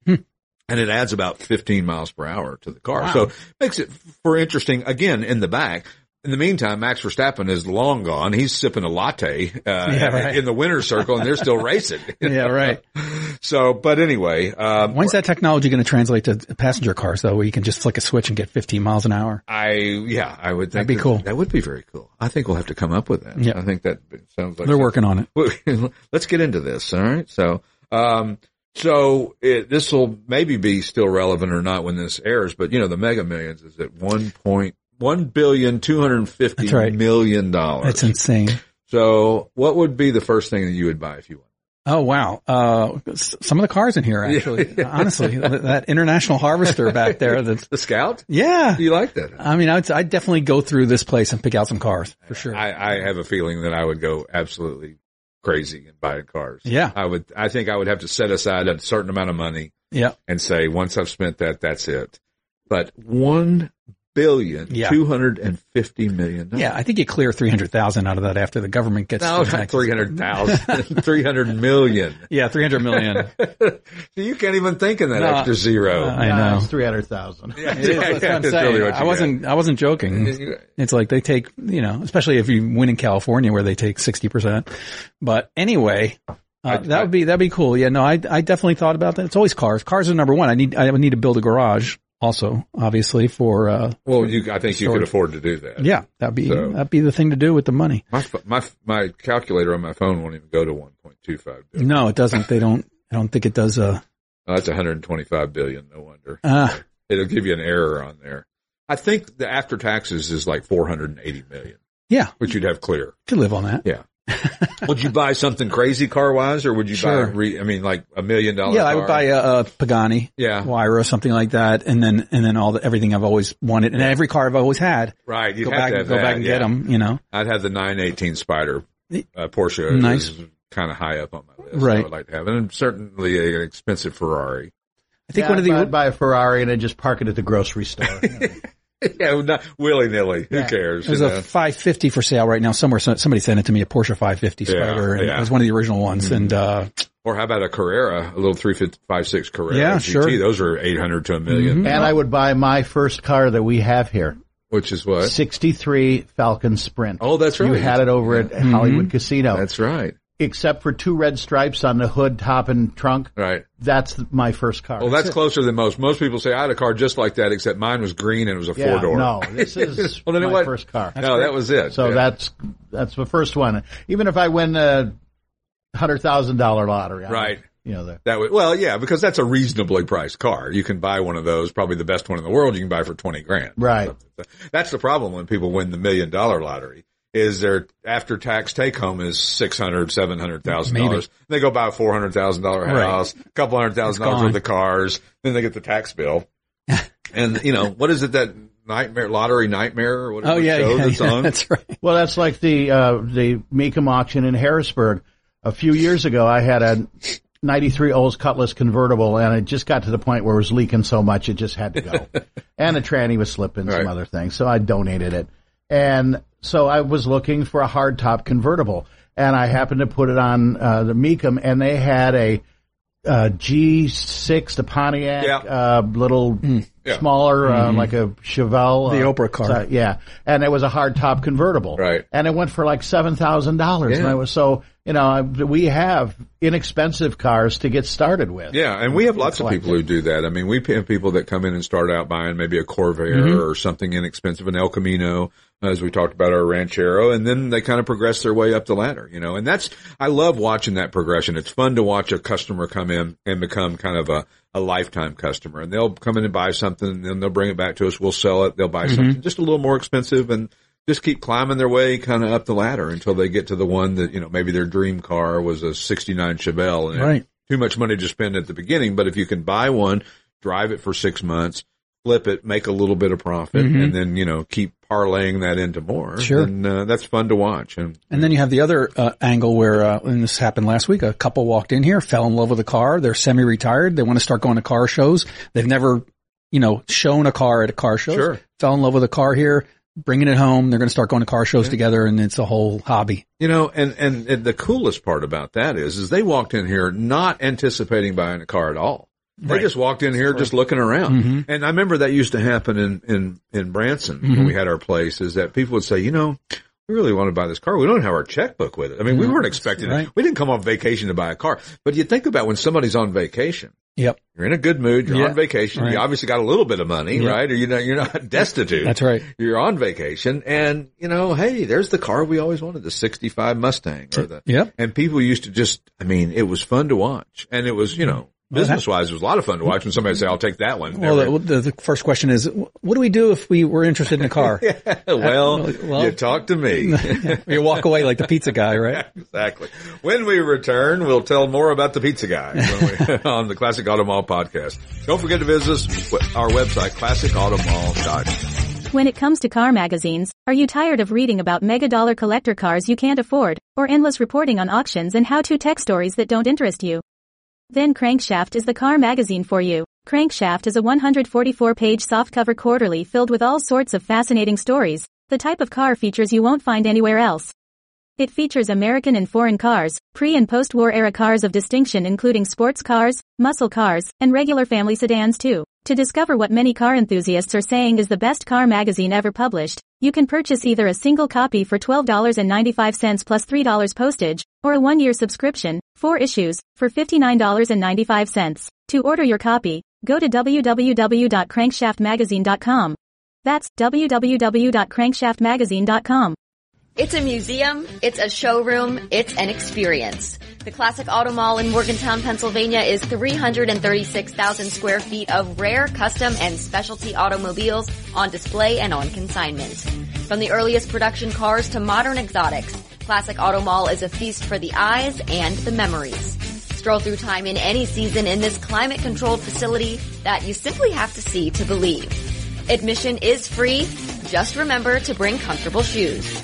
And it adds about 15 miles per hour to the car. So makes it for interesting again in the back. In the meantime, Max Verstappen is long gone. He's sipping a latte uh,
right.
in the winner's circle, and they're still racing.
yeah, right.
So, but anyway, um,
When's that technology going to translate to passenger cars though, where you can just flick a switch and get 15 miles an hour?
I yeah, I would think
That'd be
that-
cool.
That would be very cool. I think we'll have to come up with that.
Yeah.
I think that sounds like
They're working on it.
Let's get into this. All right. So, um, so it, this will maybe be still relevant or not when this airs, but you know, the Mega Millions is at one point one billion two hundred fifty
That's right.
million dollars.
That's insane.
so, what would be the first thing that you would buy if you won?
Oh wow! Uh, s- some of the cars in here, actually, honestly, th- that international harvester back there. That's
The Scout?
yeah.
Do you like that?
I mean, I'd, I'd definitely go through this place and pick out some cars for sure.
I, I have a feeling that I would go absolutely crazy and buy cars.
Yeah.
I would, I think I would have to set aside a certain amount of money
yeah,
and say, once I've spent that, that's it. But one billion,
Yeah.
two hundred and fifty million dollars.
yeah. I think you clear three hundred thousand out of that after the government gets
No, not
the taxes.
300,000, 300 million.
Yeah, three hundred million.
You can't even think in that
No,
extra zero.
I
Nah,
know.
Uh, it's three hundred thousand.
It is, that's what I'm
That's
saying.
really what you
I wasn't. I wasn't joking.
got.
It's like they take, you know, especially if you win in California where they take sixty percent. But anyway, uh, that would be that'd be cool. Yeah, no, I I definitely thought about that. It's always cars. Cars are number one. I need I would need to build a garage also, obviously for uh,
Well, you, I think you could afford to do that.
yeah, that'd be
So-
that'd be the thing to do with the money.
My, ph- my, ph- my calculator on my phone won't even go to 1.25 billion.
No, it doesn't. They don't. I don't think it does. Uh,
Oh, that's 125 billion. No wonder.
ah,
It'll give you an error on there. I think the after taxes is like 480 million,
yeah,
which you'd have clear.
could live on that.
Yeah. would you buy something crazy car wise or would you
Sure.
buy, re, I mean, like a million dollar
Yeah, I would
car?
buy a, a Pagani,
Yeah.
Huayra, something like that, and then and then all the everything I've always wanted, and every car I've always had.
Right. You'd
go
have
back,
to have
go
that,
back and get
yeah.
'em, get them. You know,
I'd have the 918 Spider uh, Porsche.
Nice.
Kind of high up on my list. I
Right.
would like to have it. And certainly an expensive Ferrari.
I think one of the
I'd buy a Ferrari and then just park it at the grocery store.
yeah. Not willy nilly. Who cares?
there's
you
a
know?
550 for sale right now somewhere. So- Somebody sent it to me, a Porsche 550
Yeah,
Spider, and
yeah. Mm-hmm.
it was one of the original ones. And uh,
Or how about a Carrera, a little 356 Carrera?
Yeah,
GT?
sure.
Those are 800 to a 1000000
and I would buy my first car that we have here,
Mm-hmm.
which is what?
sixty three Falcon Sprint.
Oh, that's right. Mm-hmm.
You had it over at Hollywood Casino.
That's right.
except for two red stripes on the hood, top, and trunk.
Right.
That's my first car.
Well, that's closer than most. Most people say I had a car just like that, except mine was green and it was a four
Yeah,
door.
No, this is
well, then it
my
was
first car.
no, that was it.
So
Yeah.
that's that's the first one. Even if I win a hundred thousand dollar lottery, I-
Right.
You know, the,
That would, well, yeah, because that's a reasonably priced car. You can buy one of those, probably the best one in the world. You can buy for twenty grand.
Right.
That's the problem when people win the million dollar lottery. Is their after tax take home is six hundred, seven hundred thousand dollars. They go buy a four hundred thousand dollar
Right.
house, a couple hundred thousand
It's
dollars
gone.
worth of cars, then they get the tax bill. and you know what is it that nightmare lottery nightmare or whatever
Oh yeah,
show
yeah,
that's
yeah,
on?
that's right.
well, that's like the uh, the Mecum auction in Harrisburg. A few years ago, I had a '93 Olds Cutlass convertible, and it just got to the point where it was leaking so much it just had to go. and a tranny was slipping
Right.
some other things, so I donated it. And so I was looking for a hardtop convertible, and I happened to put it on uh, the Mecum, and they had a uh, G6, the Pontiac,
Yeah. Hmm.
uh, little
Yeah. Mm-hmm.
smaller, uh, like a Chevelle,
The
uh,
Oprah car.
so- yeah, and it was a hard top convertible,
Right.
And it went for like seven thousand dollars, and
Yeah.
I was so you know I- we have inexpensive cars to get started with.
Yeah, and we have lots of
Collected.
people who do that. I mean, we have people that come in and start out buying maybe a Corvair or something inexpensive, an El Camino, as we talked about, or a Ranchero, and then they kind of progress their way up the ladder, you know. And that's I love watching that progression. It's fun to watch a customer come in and become kind of a a lifetime customer, and they'll come in and buy something, and then they'll bring it back to us. We'll sell it. They'll buy something just a little more expensive, and just keep climbing their way kind of up the ladder until they get to the one that, you know, maybe their dream car was a 69 Chevelle and
Right.
too much money to spend at the beginning. But if you can buy one, drive it for six months, flip it, make a little bit of profit and then, you know, keep parlaying that into more.
Mm-hmm. Sure.
And uh, that's fun to watch. And
And then you have the other uh, angle where, uh, and this happened last week, a couple walked in here, fell in love with a car. They're semi-retired. They want to start going to car shows. They've never, you know, shown a car at a car show.
Sure.
Fell in love with a car here, bringing it home. They're going to start going to car shows together and it's a whole hobby.
You know, and, and, and the coolest part about that is, is they walked in here not anticipating buying a car at all. They just walked in here just looking around.
Mm-hmm.
And I remember that used to happen in, in, in Branson when we had our place is that people would say, you know, we really want to buy this car. We don't have our checkbook with it. I mean, we weren't expecting
right.
it. We didn't come on vacation to buy a car. But you think about when somebody's on vacation,
Yep.
you're in a good mood. You're
Yeah,
on vacation.
right.
You obviously got a little bit of money,
Yeah.
right? Or you know, you're not destitute.
That's right.
You're on vacation, and you know, hey, there's the car we always wanted, the '65 Mustang, or the
Yep.
And people used to just, I mean, it was fun to watch, and it was, you know, business wise, it was a lot of fun to watch. When somebody say, "I'll take that one," They
Well,
were-
the, the, the first question is, what do we do if we were interested in a car?
well,
well-
you talk to me.
You walk away like the pizza guy, right?
exactly. When we return, we'll tell more about the pizza guy when we, on the Classic Auto Mall podcast. Don't forget to visit us with our website, classicautomall.com.
When it comes to car magazines, are you tired of reading about mega dollar collector cars you can't afford, or endless reporting on auctions and how to tech stories that don't interest you? Then Crankshaft is the car magazine for you. Crankshaft is a 144 page softcover quarterly filled with all sorts of fascinating stories, the type of car features you won't find anywhere else. It features American and foreign cars, pre and post war era cars of distinction, including sports cars, muscle cars, and regular family sedans, too. To discover what many car enthusiasts are saying is the best car magazine ever published, you can purchase either a single copy for $12.95 plus $3 postage, or a one year subscription, four issues, for $59.95. To order your copy, go to www.crankshaftmagazine.com. That's www.crankshaftmagazine.com.
It's a museum, it's a showroom, it's an experience. The Classic Auto Mall in Morgantown, Pennsylvania is 336,000 square feet of rare, custom, and specialty automobiles on display and on consignment. From the earliest production cars to modern exotics, Classic Auto Mall is a feast for the eyes and the memories. Stroll through time in any season in this climate controlled facility that you simply have to see to believe. Admission is free. Just remember to bring comfortable shoes.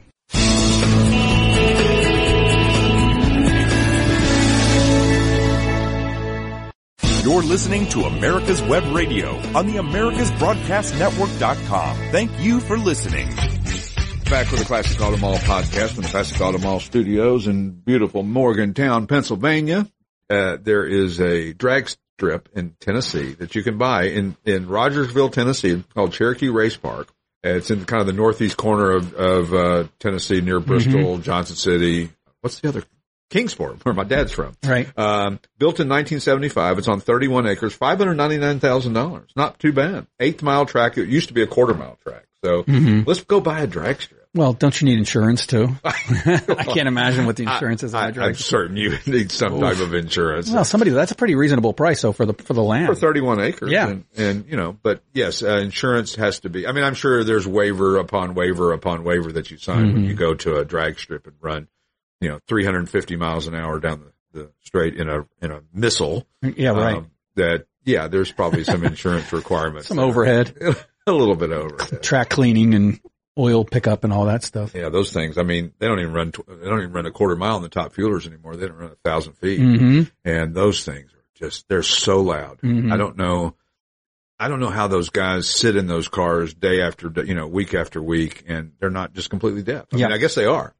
You're listening to America's Web Radio on the AmericasBroadcastNetwork.com. Thank you for listening.
Back with the Classic Auto Mall podcast from the Classic Auto Mall studios in beautiful Morgantown, Pennsylvania. Uh, there is a drag strip in Tennessee that you can buy in, in Rogersville, Tennessee called Cherokee Race Park. Uh, It's in kind of the northeast corner of, of, uh, Tennessee near Bristol, Johnson City. What's the other? Kingsport, where my dad's from.
Right.
Um, built in 1975. It's on 31 acres, $599,000. Not too bad. Eighth mile track. It used to be a quarter mile track. So let's go buy a drag strip.
Well, don't you need insurance too? I can't imagine what the insurance is. on
I,
a drag
am
strip.
certain you need some type of insurance.
well, somebody that's a pretty reasonable price though for the for the
for
land.
31 acres.
Yeah.
And, and, you know, but yes, uh, insurance has to be, I mean, I'm sure there's waiver upon waiver upon waiver that you sign when
Mm-hmm.
you go to a drag strip and run, you know, 350 miles an hour down the, the straight in a, in a missile.
Yeah, right.
Um, that, yeah, there's probably some insurance requirements.
Some overhead,
A little bit over.
track cleaning, and oil pickup, and all that stuff.
Yeah, those things. I mean, they don't even run. Tw- they don't even run a quarter mile on the top fuelers anymore. They don't run a thousand feet,
Mm-hmm.
and those things are just—they're so loud. I don't know. I don't know how those guys sit in those cars day after, day, you know, week after week, and they're not just completely deaf. I mean,
Yeah.
I guess they are.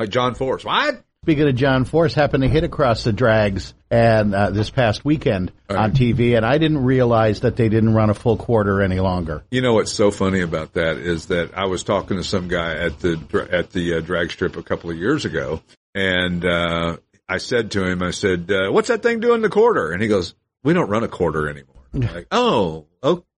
Like John Force, what?
Speaking of John Force, happened to hit across the drags and uh, this past weekend on TV, and I didn't realize that they didn't run a full quarter any longer.
You know what's so funny about that is that I was talking to some guy at the dra- at the uh, drag strip a couple of years ago, and uh, I said to him, I said, uh, "What's that thing doing the quarter?" And he goes, "We don't run a quarter anymore." I'm like, oh,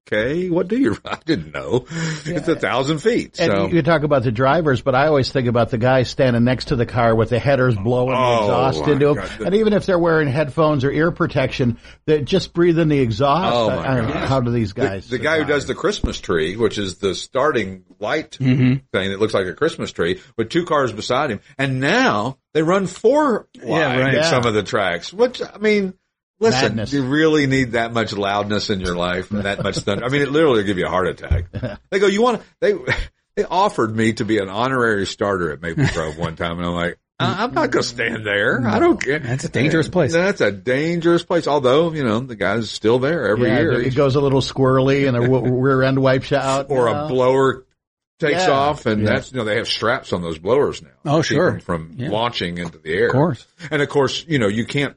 okay. What do you? run?" I didn't know. It's a thousand feet.
And
So.
you talk about the drivers, but I always think about the guy standing next to the car with the headers blowing
Oh,
the exhaust
my
into him.
God.
And even if they're wearing headphones or ear protection, they're just breathing the exhaust.
Oh, my
I- I don't know,
goodness.
how do these
The-
guys?
The, guy who does the Christmas tree, which is the starting light
Mm-hmm.
thing that looks like a Christmas tree, with two cars beside him, and now they run four wide
Yeah, right.
in
Yeah.
some of the tracks. Which I mean, listen,
Madness.
you really need that much loudness in your life and that much thunder. I mean, it literally will give you a heart attack. They go, you want they they offered me to be an honorary starter at Maple Grove one time, and I'm like. "I- I'm not going to stand there. I don't care.
That's a dangerous place.
That's a dangerous place. Although, you know, the guy's still there every
Yeah,
year.
it goes a little squirrely, and the w- rear end wipes you out.
or a
you know?
blower takes
Yeah.
off and
Yeah.
that's you know they have straps on those blowers now
Oh,
to keep
sure.
them from
Yeah.
launching into the air
Of course.
and of course you know you can't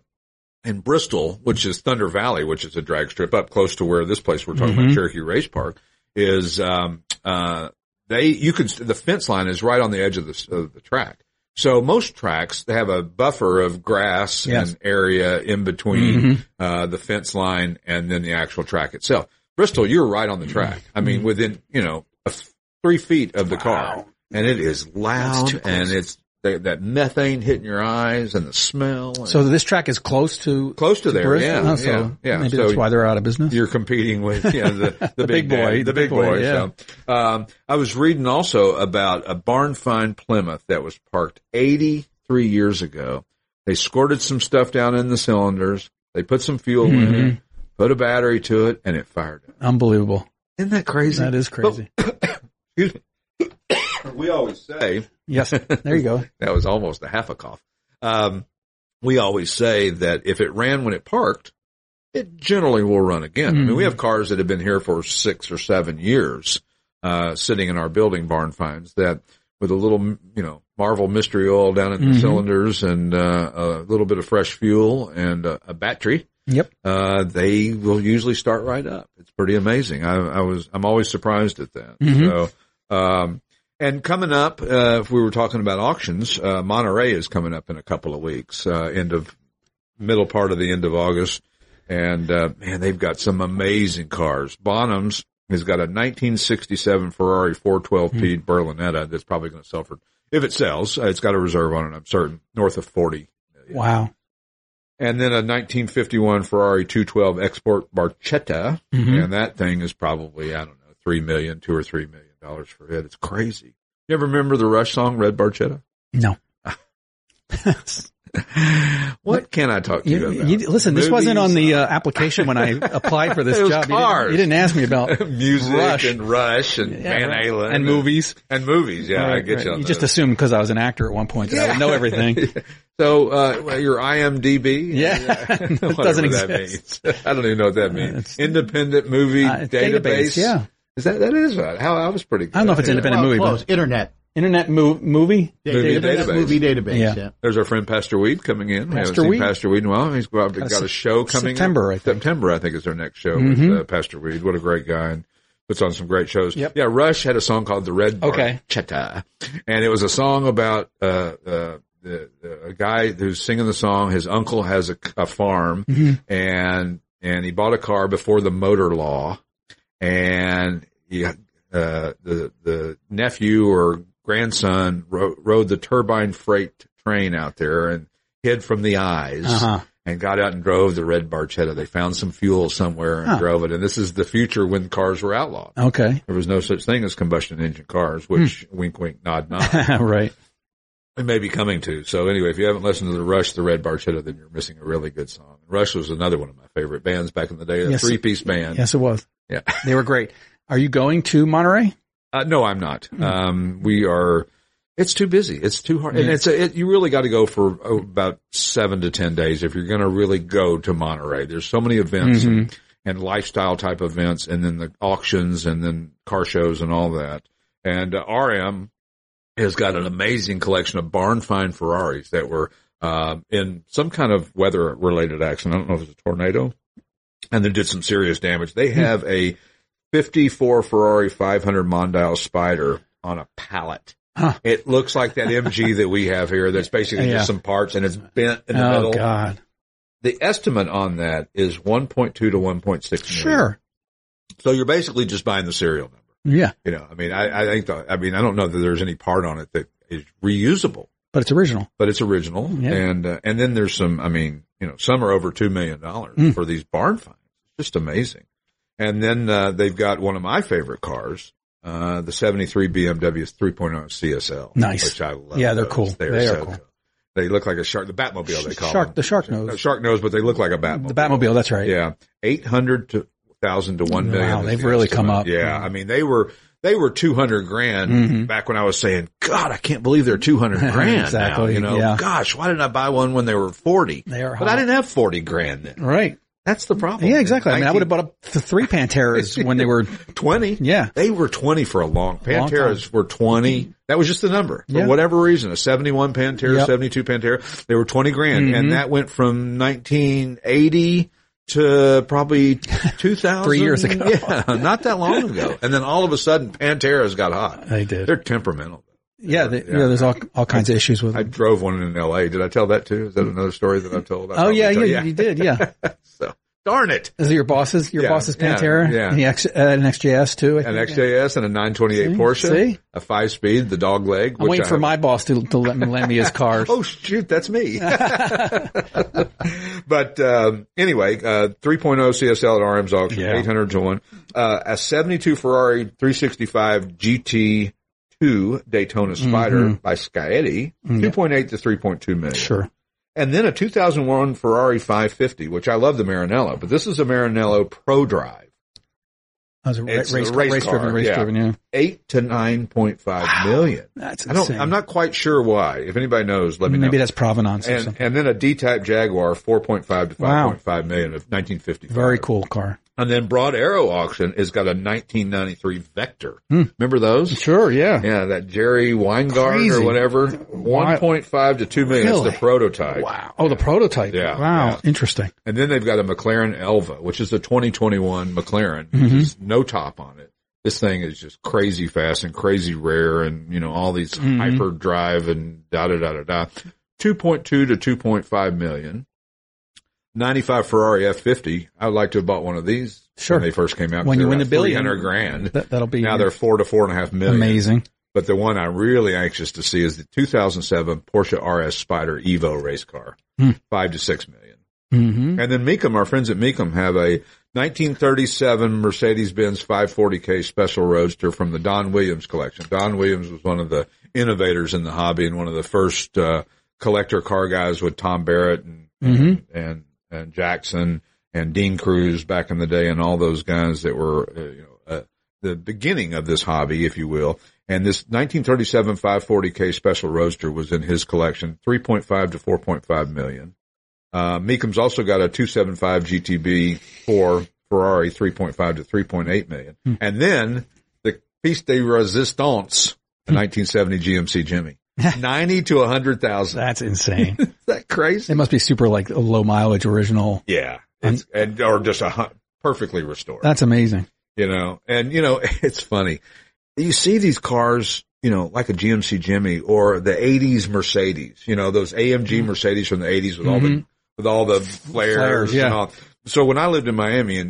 in Bristol which is Thunder Valley which is a drag strip up close to where this place we're talking about
Mm-hmm.
Cherokee Race Park is um uh they you can the fence line is right on the edge of the of the track so most tracks they have a buffer of grass
Yes.
and area in between uh, the fence line and then the actual track itself. Bristol, you're right on the track. I mean, within you know a f- three feet of the car, and it is loud, and it's that that methane hitting your eyes and the smell. and-
So this track is close to
Close to there,
Bristol?
yeah,
Oh, so
yeah, yeah.
Maybe
So
that's why they're out of business.
you're competing with you know, the, the,
big boy,
daddy, the, big boy.
yeah.
So, um, I was reading also about a barn find Plymouth that was parked 83 years ago. They squirted some stuff down in the cylinders. They put some fuel in it, put a battery to it, and it fired up.
Unbelievable.
Isn't that crazy? Oh.
That is crazy.
Excuse me. we always say
yes. There you go.
that was almost a half a cough. Um, we always say that if it ran when it parked, it generally will run again. I mean, we have cars that have been here for six or seven years, uh, sitting in our building barn finds that with a little, you know, Marvel mystery oil down in the cylinders and, uh, a little bit of fresh fuel and a, a battery,
Yep.
uh, they will usually start right up. It's pretty amazing. I, I was, I'm always surprised at that. So, um, and coming up, uh, if we were talking about auctions, uh, Monterey is coming up in a couple of weeks, uh, end of middle part of the end of August. And, uh, man, they've got some amazing cars. Bonhams has got a 1967 Ferrari 412P Berlinetta that's probably going to sell for, if it sells, uh, it's got a reserve on it, I'm certain, north of 40
Wow.
and then a 1951 Ferrari 212 Export Barchetta,
Mm-hmm.
and that thing is probably I don't know three million, two or three million dollars for it. It's crazy. You ever remember the Rush song Red Barchetta?
No.
What can I talk to you,
You,
about?
you- listen, this wasn't on
Movies,
the uh, application when I applied for this
It was
job. You didn't-
cars.
You, didn't, ask me about
uh, music
uh, Rush.
and Rush and
Yeah,
Van
right.
Halen
and movies.
and movies. Yeah, I
Right,
get
right.
you. On
just
those.
assumed because I was an actor at one point that I would know everything.
So uh, well, your IMDb,
Yeah.
Whatever
It doesn't
that
exist.
means. I don't even know what that means. Independent movie
Uh,
database.
database, yeah.
is that that is right? How I was pretty. Good.
I don't know if it's
Yeah.
independent
Well,
movie,
close.
but
Internet.
internet mov- movie.
Movie database.
Movie database.
Yeah.
Yeah.
There's our friend Pastor Weed coming in. we haven't
Pastor
seen
Weed. Uh,
Pastor Weed in a while. He's got, got, a
Sep-
show coming
September,
in.
I think. Mm-hmm.
September, I think, is their next show with uh, Pastor Weed. What a great guy. And puts on some great shows.
Yep.
Yeah, Rush had a song called The Red Bar
Okay.
Chetta. And it was a song about uh, uh, the, the, a guy who's singing the song. His uncle has a, a farm
Mm-hmm.
and and he bought a car before the motor law. And he uh, the the nephew or grandson ro- rode the turbine freight train out there and hid from the eyes
Uh-huh.
and got out and drove the red barchetta. They found some fuel somewhere and drove it. And this is the future when cars were outlawed.
Okay.
There was no such thing as combustion engine cars,
Hmm.
which wink, wink, nod, nod.
right.
it may be coming to. So anyway, if you haven't listened to the Rush, the Red Barchetta, then you're missing a really good song. Rush was another one of my favorite bands back in the day, a
Yes.
three piece band.
Yes, it was.
Yeah.
They were great. Are you going to Monterey?
Uh, no, I'm not. Um, we are. It's too busy. It's too hard, and it's a, it, you really got to go for oh, about seven to ten days if you're going to really go to Monterey. There's so many events and, and lifestyle type events, and then the auctions, and then car shows, and all that. And uh, RM has got an amazing collection of barn find Ferraris that were um, in some kind of weather related accident. I don't know if it was a tornado, and they did some serious damage. They
Hmm.
have a 54 Ferrari 500 Mondale Spider on a pallet.
Huh.
It looks like that MG that we have here. That's basically
Yeah.
just some parts, and it's bent in the
oh
middle.
God.
The estimate on that is 1.2 to 1.6 million.
Sure.
So you're basically just buying the serial number.
Yeah.
You know, I mean, I, I think the, I mean, I don't know that there's any part on it that is reusable
But it's original.
but it's original.
Yeah.
And uh, and then there's some. I mean, you know, some are over two million dollars
Hmm.
for these barn finds. It's just amazing. And then uh, they've got one of my favorite cars, uh, the '73 BMW 3.0 CSL.
Nice.
which I love.
Yeah, they're
those.
cool.
They are,
They are
so
cool.
cool. They look like a shark. The Batmobile they call
Shark-
them.
the shark
No,
nose.
shark nose, but they look like a Batmobile.
The Batmobile. That's right.
Yeah, eight hundred to thousand to one
Wow,
million. is
they've
the
really come
estimate.
up. Mm-hmm.
Yeah, I mean they were they were two hundred grand back when I was saying, God, I can't believe they're two hundred grand. Now,
Exactly,
you know,
yeah.
gosh, why didn't I buy one when they were forty?
They are
but I
hot.
didn't have forty grand then.
Right.
That's the problem.
Yeah, exactly. I mean, I would have
19
bought up th- three Panteras when they were
twenty.
Yeah.
they were twenty for a long.
long time.
Panteras were twenty. That was just the number for
Yeah.
whatever reason. A seventy-one Pantera,
Yep. Mm-hmm.
seventy-two Pantera. They were twenty grand, and that went from nineteen eighty to probably two thousand
Three years ago.
Yeah, not that long ago. And then all of a sudden, Panteras got hot.
They did.
They're temperamental.
yeah, the, yeah. There's all all kinds of issues with.
I
Them.
drove one in L.A. Did I tell that too? Is that another story that I've told? I
Oh
probably
yeah,
tell-
yeah, you did. Yeah.
So darn it.
Is it your boss's your
Yeah,
boss's
yeah,
Pantera?
yeah.
And the X, uh, an XJS too. I
An
think.
XJS and a 928 Porsche,
see?
a five-speed, the dog leg.
I'm
which
waiting
I
for
have-
my boss to to let me lend me his cars.
Oh shoot, that's me. but um, anyway, uh, 3.0 CSL at RM's auction,
Yeah.
800 to 1. Uh, a 72 Ferrari 365 GT2 Daytona
Mm-hmm.
Spider by Scaetti, 2.8 to 3.2 million.
Sure.
And then a 2001 Ferrari 550, which I love the Marinello, but this is a Marinello Pro Drive.
That was a ra-
It's
race,
a race
race driven,
car,
race
yeah.
driven. Yeah.
Eight to nine point five million.
That's
I don't.
insane.
I'm not quite sure why. If anybody knows, let me know.
Maybe that's provenance or
and,
something.
and then a D-type Jaguar, 4.5 to
Wow.
5.5 million of 1950.
Very cool car.
And then Broad Arrow Auction has got a 1993 Vector.
Hmm.
Remember those?
Sure. Yeah.
Yeah, that Jerry Weingart or
Crazy.
whatever. 1.5 to 2 million. It's
Really?
the prototype.
Wow. Oh, the prototype.
Yeah,
Wow.
yeah.
Interesting.
And then they've got a McLaren Elva, which is a 2021 McLaren.
Mm-hmm.
There's no top on it. This thing is just crazy fast and crazy rare and, you know, all these
Mm-hmm.
hyper drive and da da da da da. 2.2 to 2.5 million. 95 Ferrari F50. I would like to have bought one of these
Sure.
when they first came out.
When you
They're
win
about
the billion,
300 grand.
That, that'll be
now they're four to four and a half million.
amazing.
But the one I'm really anxious to see is the 2007 Porsche RS Spider Evo race car,
Hmm.
five to six million.
Mm-hmm.
And then Meekum, our friends at Meekum have a 1937 Mercedes-Benz 540K special roadster from the Don Williams collection. Don Williams was one of the innovators in the hobby and one of the first uh, collector car guys with Tom Barrett and, and, and and Jackson and Dean Cruz back in the day and all those guys that were uh, you know uh, the beginning of this hobby, if you will. And this 1937 540K special roadster was in his collection, 3.5 to 4.5 million. Uh, Meekum's also got a 275 GTB for Ferrari, 3.5 to 3.8 million. And then the piece de resistance, the 1970 GMC Jimmy, 90 to 100,000. Is
That's insane.
that crazy?
it must be super like a low mileage original.
Yeah. It's, and, or just a hun- perfectly restored
That's amazing.
you know, and you know, it's funny. You see these cars, you know, like a GMC Jimmy or the eighties Mercedes, you know, those AMG
Mm-hmm.
Mercedes from the eighties with all the, with all the flares,
Flares, yeah.
and all. So when I lived in Miami in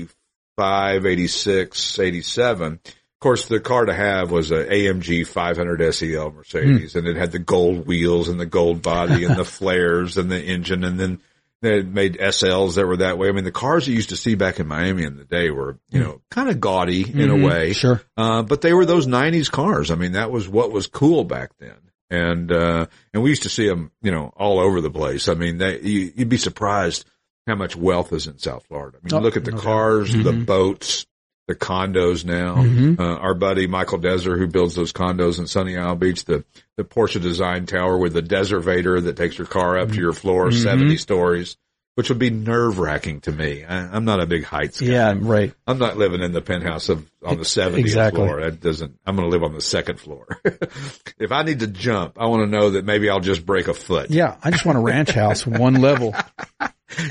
1985, 86, 87, of course the car to have was a AMG 500 SEL E Mercedes and it had the gold wheels and the gold body and the flares and the engine and then they made SLs that were that way. I mean, the cars you used to see back in Miami in the day were, you know, kind of gaudy in
Mm-hmm.
a way.
Sure.
Uh, but they were those '90s cars. I mean, that was what was cool back then, and uh, and we used to see them, you know, all over the place. I mean, they, you, you'd be surprised how much wealth is in South Florida. I mean,
Oh,
look at the
no doubt.
cars, the
Mhm.
boats, the condos now.
Mhm.
Uh, our buddy Michael Deser, who builds those condos in Sunny Isle Beach, the the Porsche Design Tower with the Deservator that takes your car up to your floor,
Mhm.
seventy stories. Which would be nerve wracking to me. I, I'm not a big heights guy.
Yeah. Right.
I'm not living in the penthouse of on the 70th
Exactly.
floor. That doesn't. I'm going to live on the second floor. if I need to jump, I want to know that maybe I'll just break a foot.
Yeah. I just want a ranch house, one level.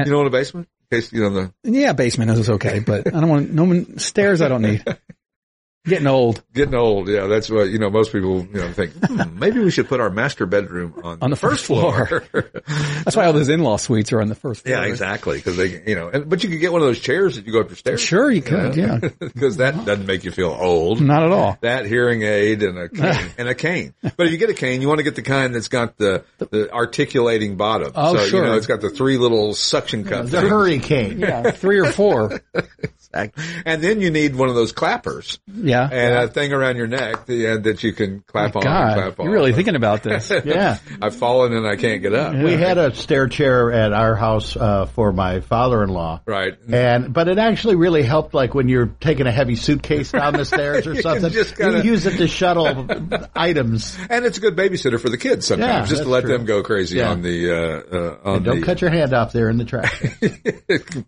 You know, in the basement, in case you know the
Yeah. Basement is okay, but I don't want no one stairs. I don't need getting old
getting old. Yeah, that's what you know. Most people you know think hmm, maybe we should put our master bedroom on
on the first floor. That's why all those in-law suites are on the first floor.
yeah, exactly. Because they, you know, and, but you could get one of those chairs that you go up your stairs.
Sure. You could. Yeah.
because that doesn't make you feel old.
Not at all.
that hearing aid and a cane, and a cane. But if you get a cane, you want to get the kind that's got the the articulating bottom.
Oh,
so,
sure.
You know, it's got the three little suction cups.
The hurricane.
Yeah. Three or four.
and then you need one of those clappers
Yeah.
and a thing around your neck the, uh, that you can clap on. and
God,
clap on.
you're really thinking about this.
Yeah.
I've fallen and I can't get up.
We had a stair chair at our house uh, for my father-in-law.
Right.
And but it actually really helped, like when you're taking a heavy suitcase down the stairs or
You
something.
just gotta-
you use it to shuttle items.
And it's a good babysitter for the kids sometimes,
Yeah,
just to
that's
let
true.
them go crazy
Yeah.
on the uh, uh on
And don't
the,
cut your hand off there in the trash.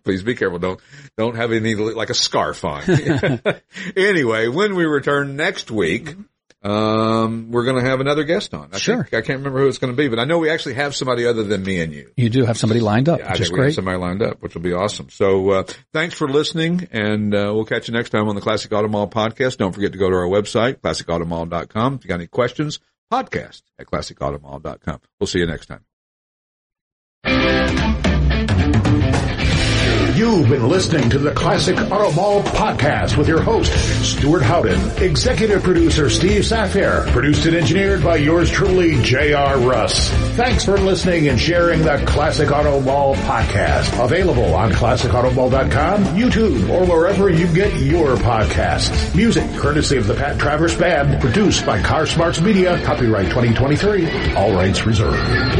Please be careful. Don't don't have any like a scarf on. anyway, when we return next week, um, we're going to have another guest on. I
Sure.
think- I can't remember who it's going to be, but I know we actually have somebody other than me and you.
You do have somebody lined up,
I
which
think
is
we have
great.
somebody lined up, which will be awesome. So uh, thanks for listening, and uh, we'll catch you next time on the Classic Automall podcast. Don't forget to go to our website, classicautomall.com. If you got any questions, podcast at classicautomall.com. We'll see you next time.
You've been listening to the Classic Auto Mall podcast with your host, Stuart Howden, executive producer Steve Safir, produced and engineered by yours truly, J.R. Russ. Thanks for listening and sharing the Classic Auto Mall podcast, available on classicautomall.com, YouTube, or wherever you get your podcasts. Music courtesy of the Pat Travers Band, produced by Car Smarts Media, copyright 2023, all rights reserved.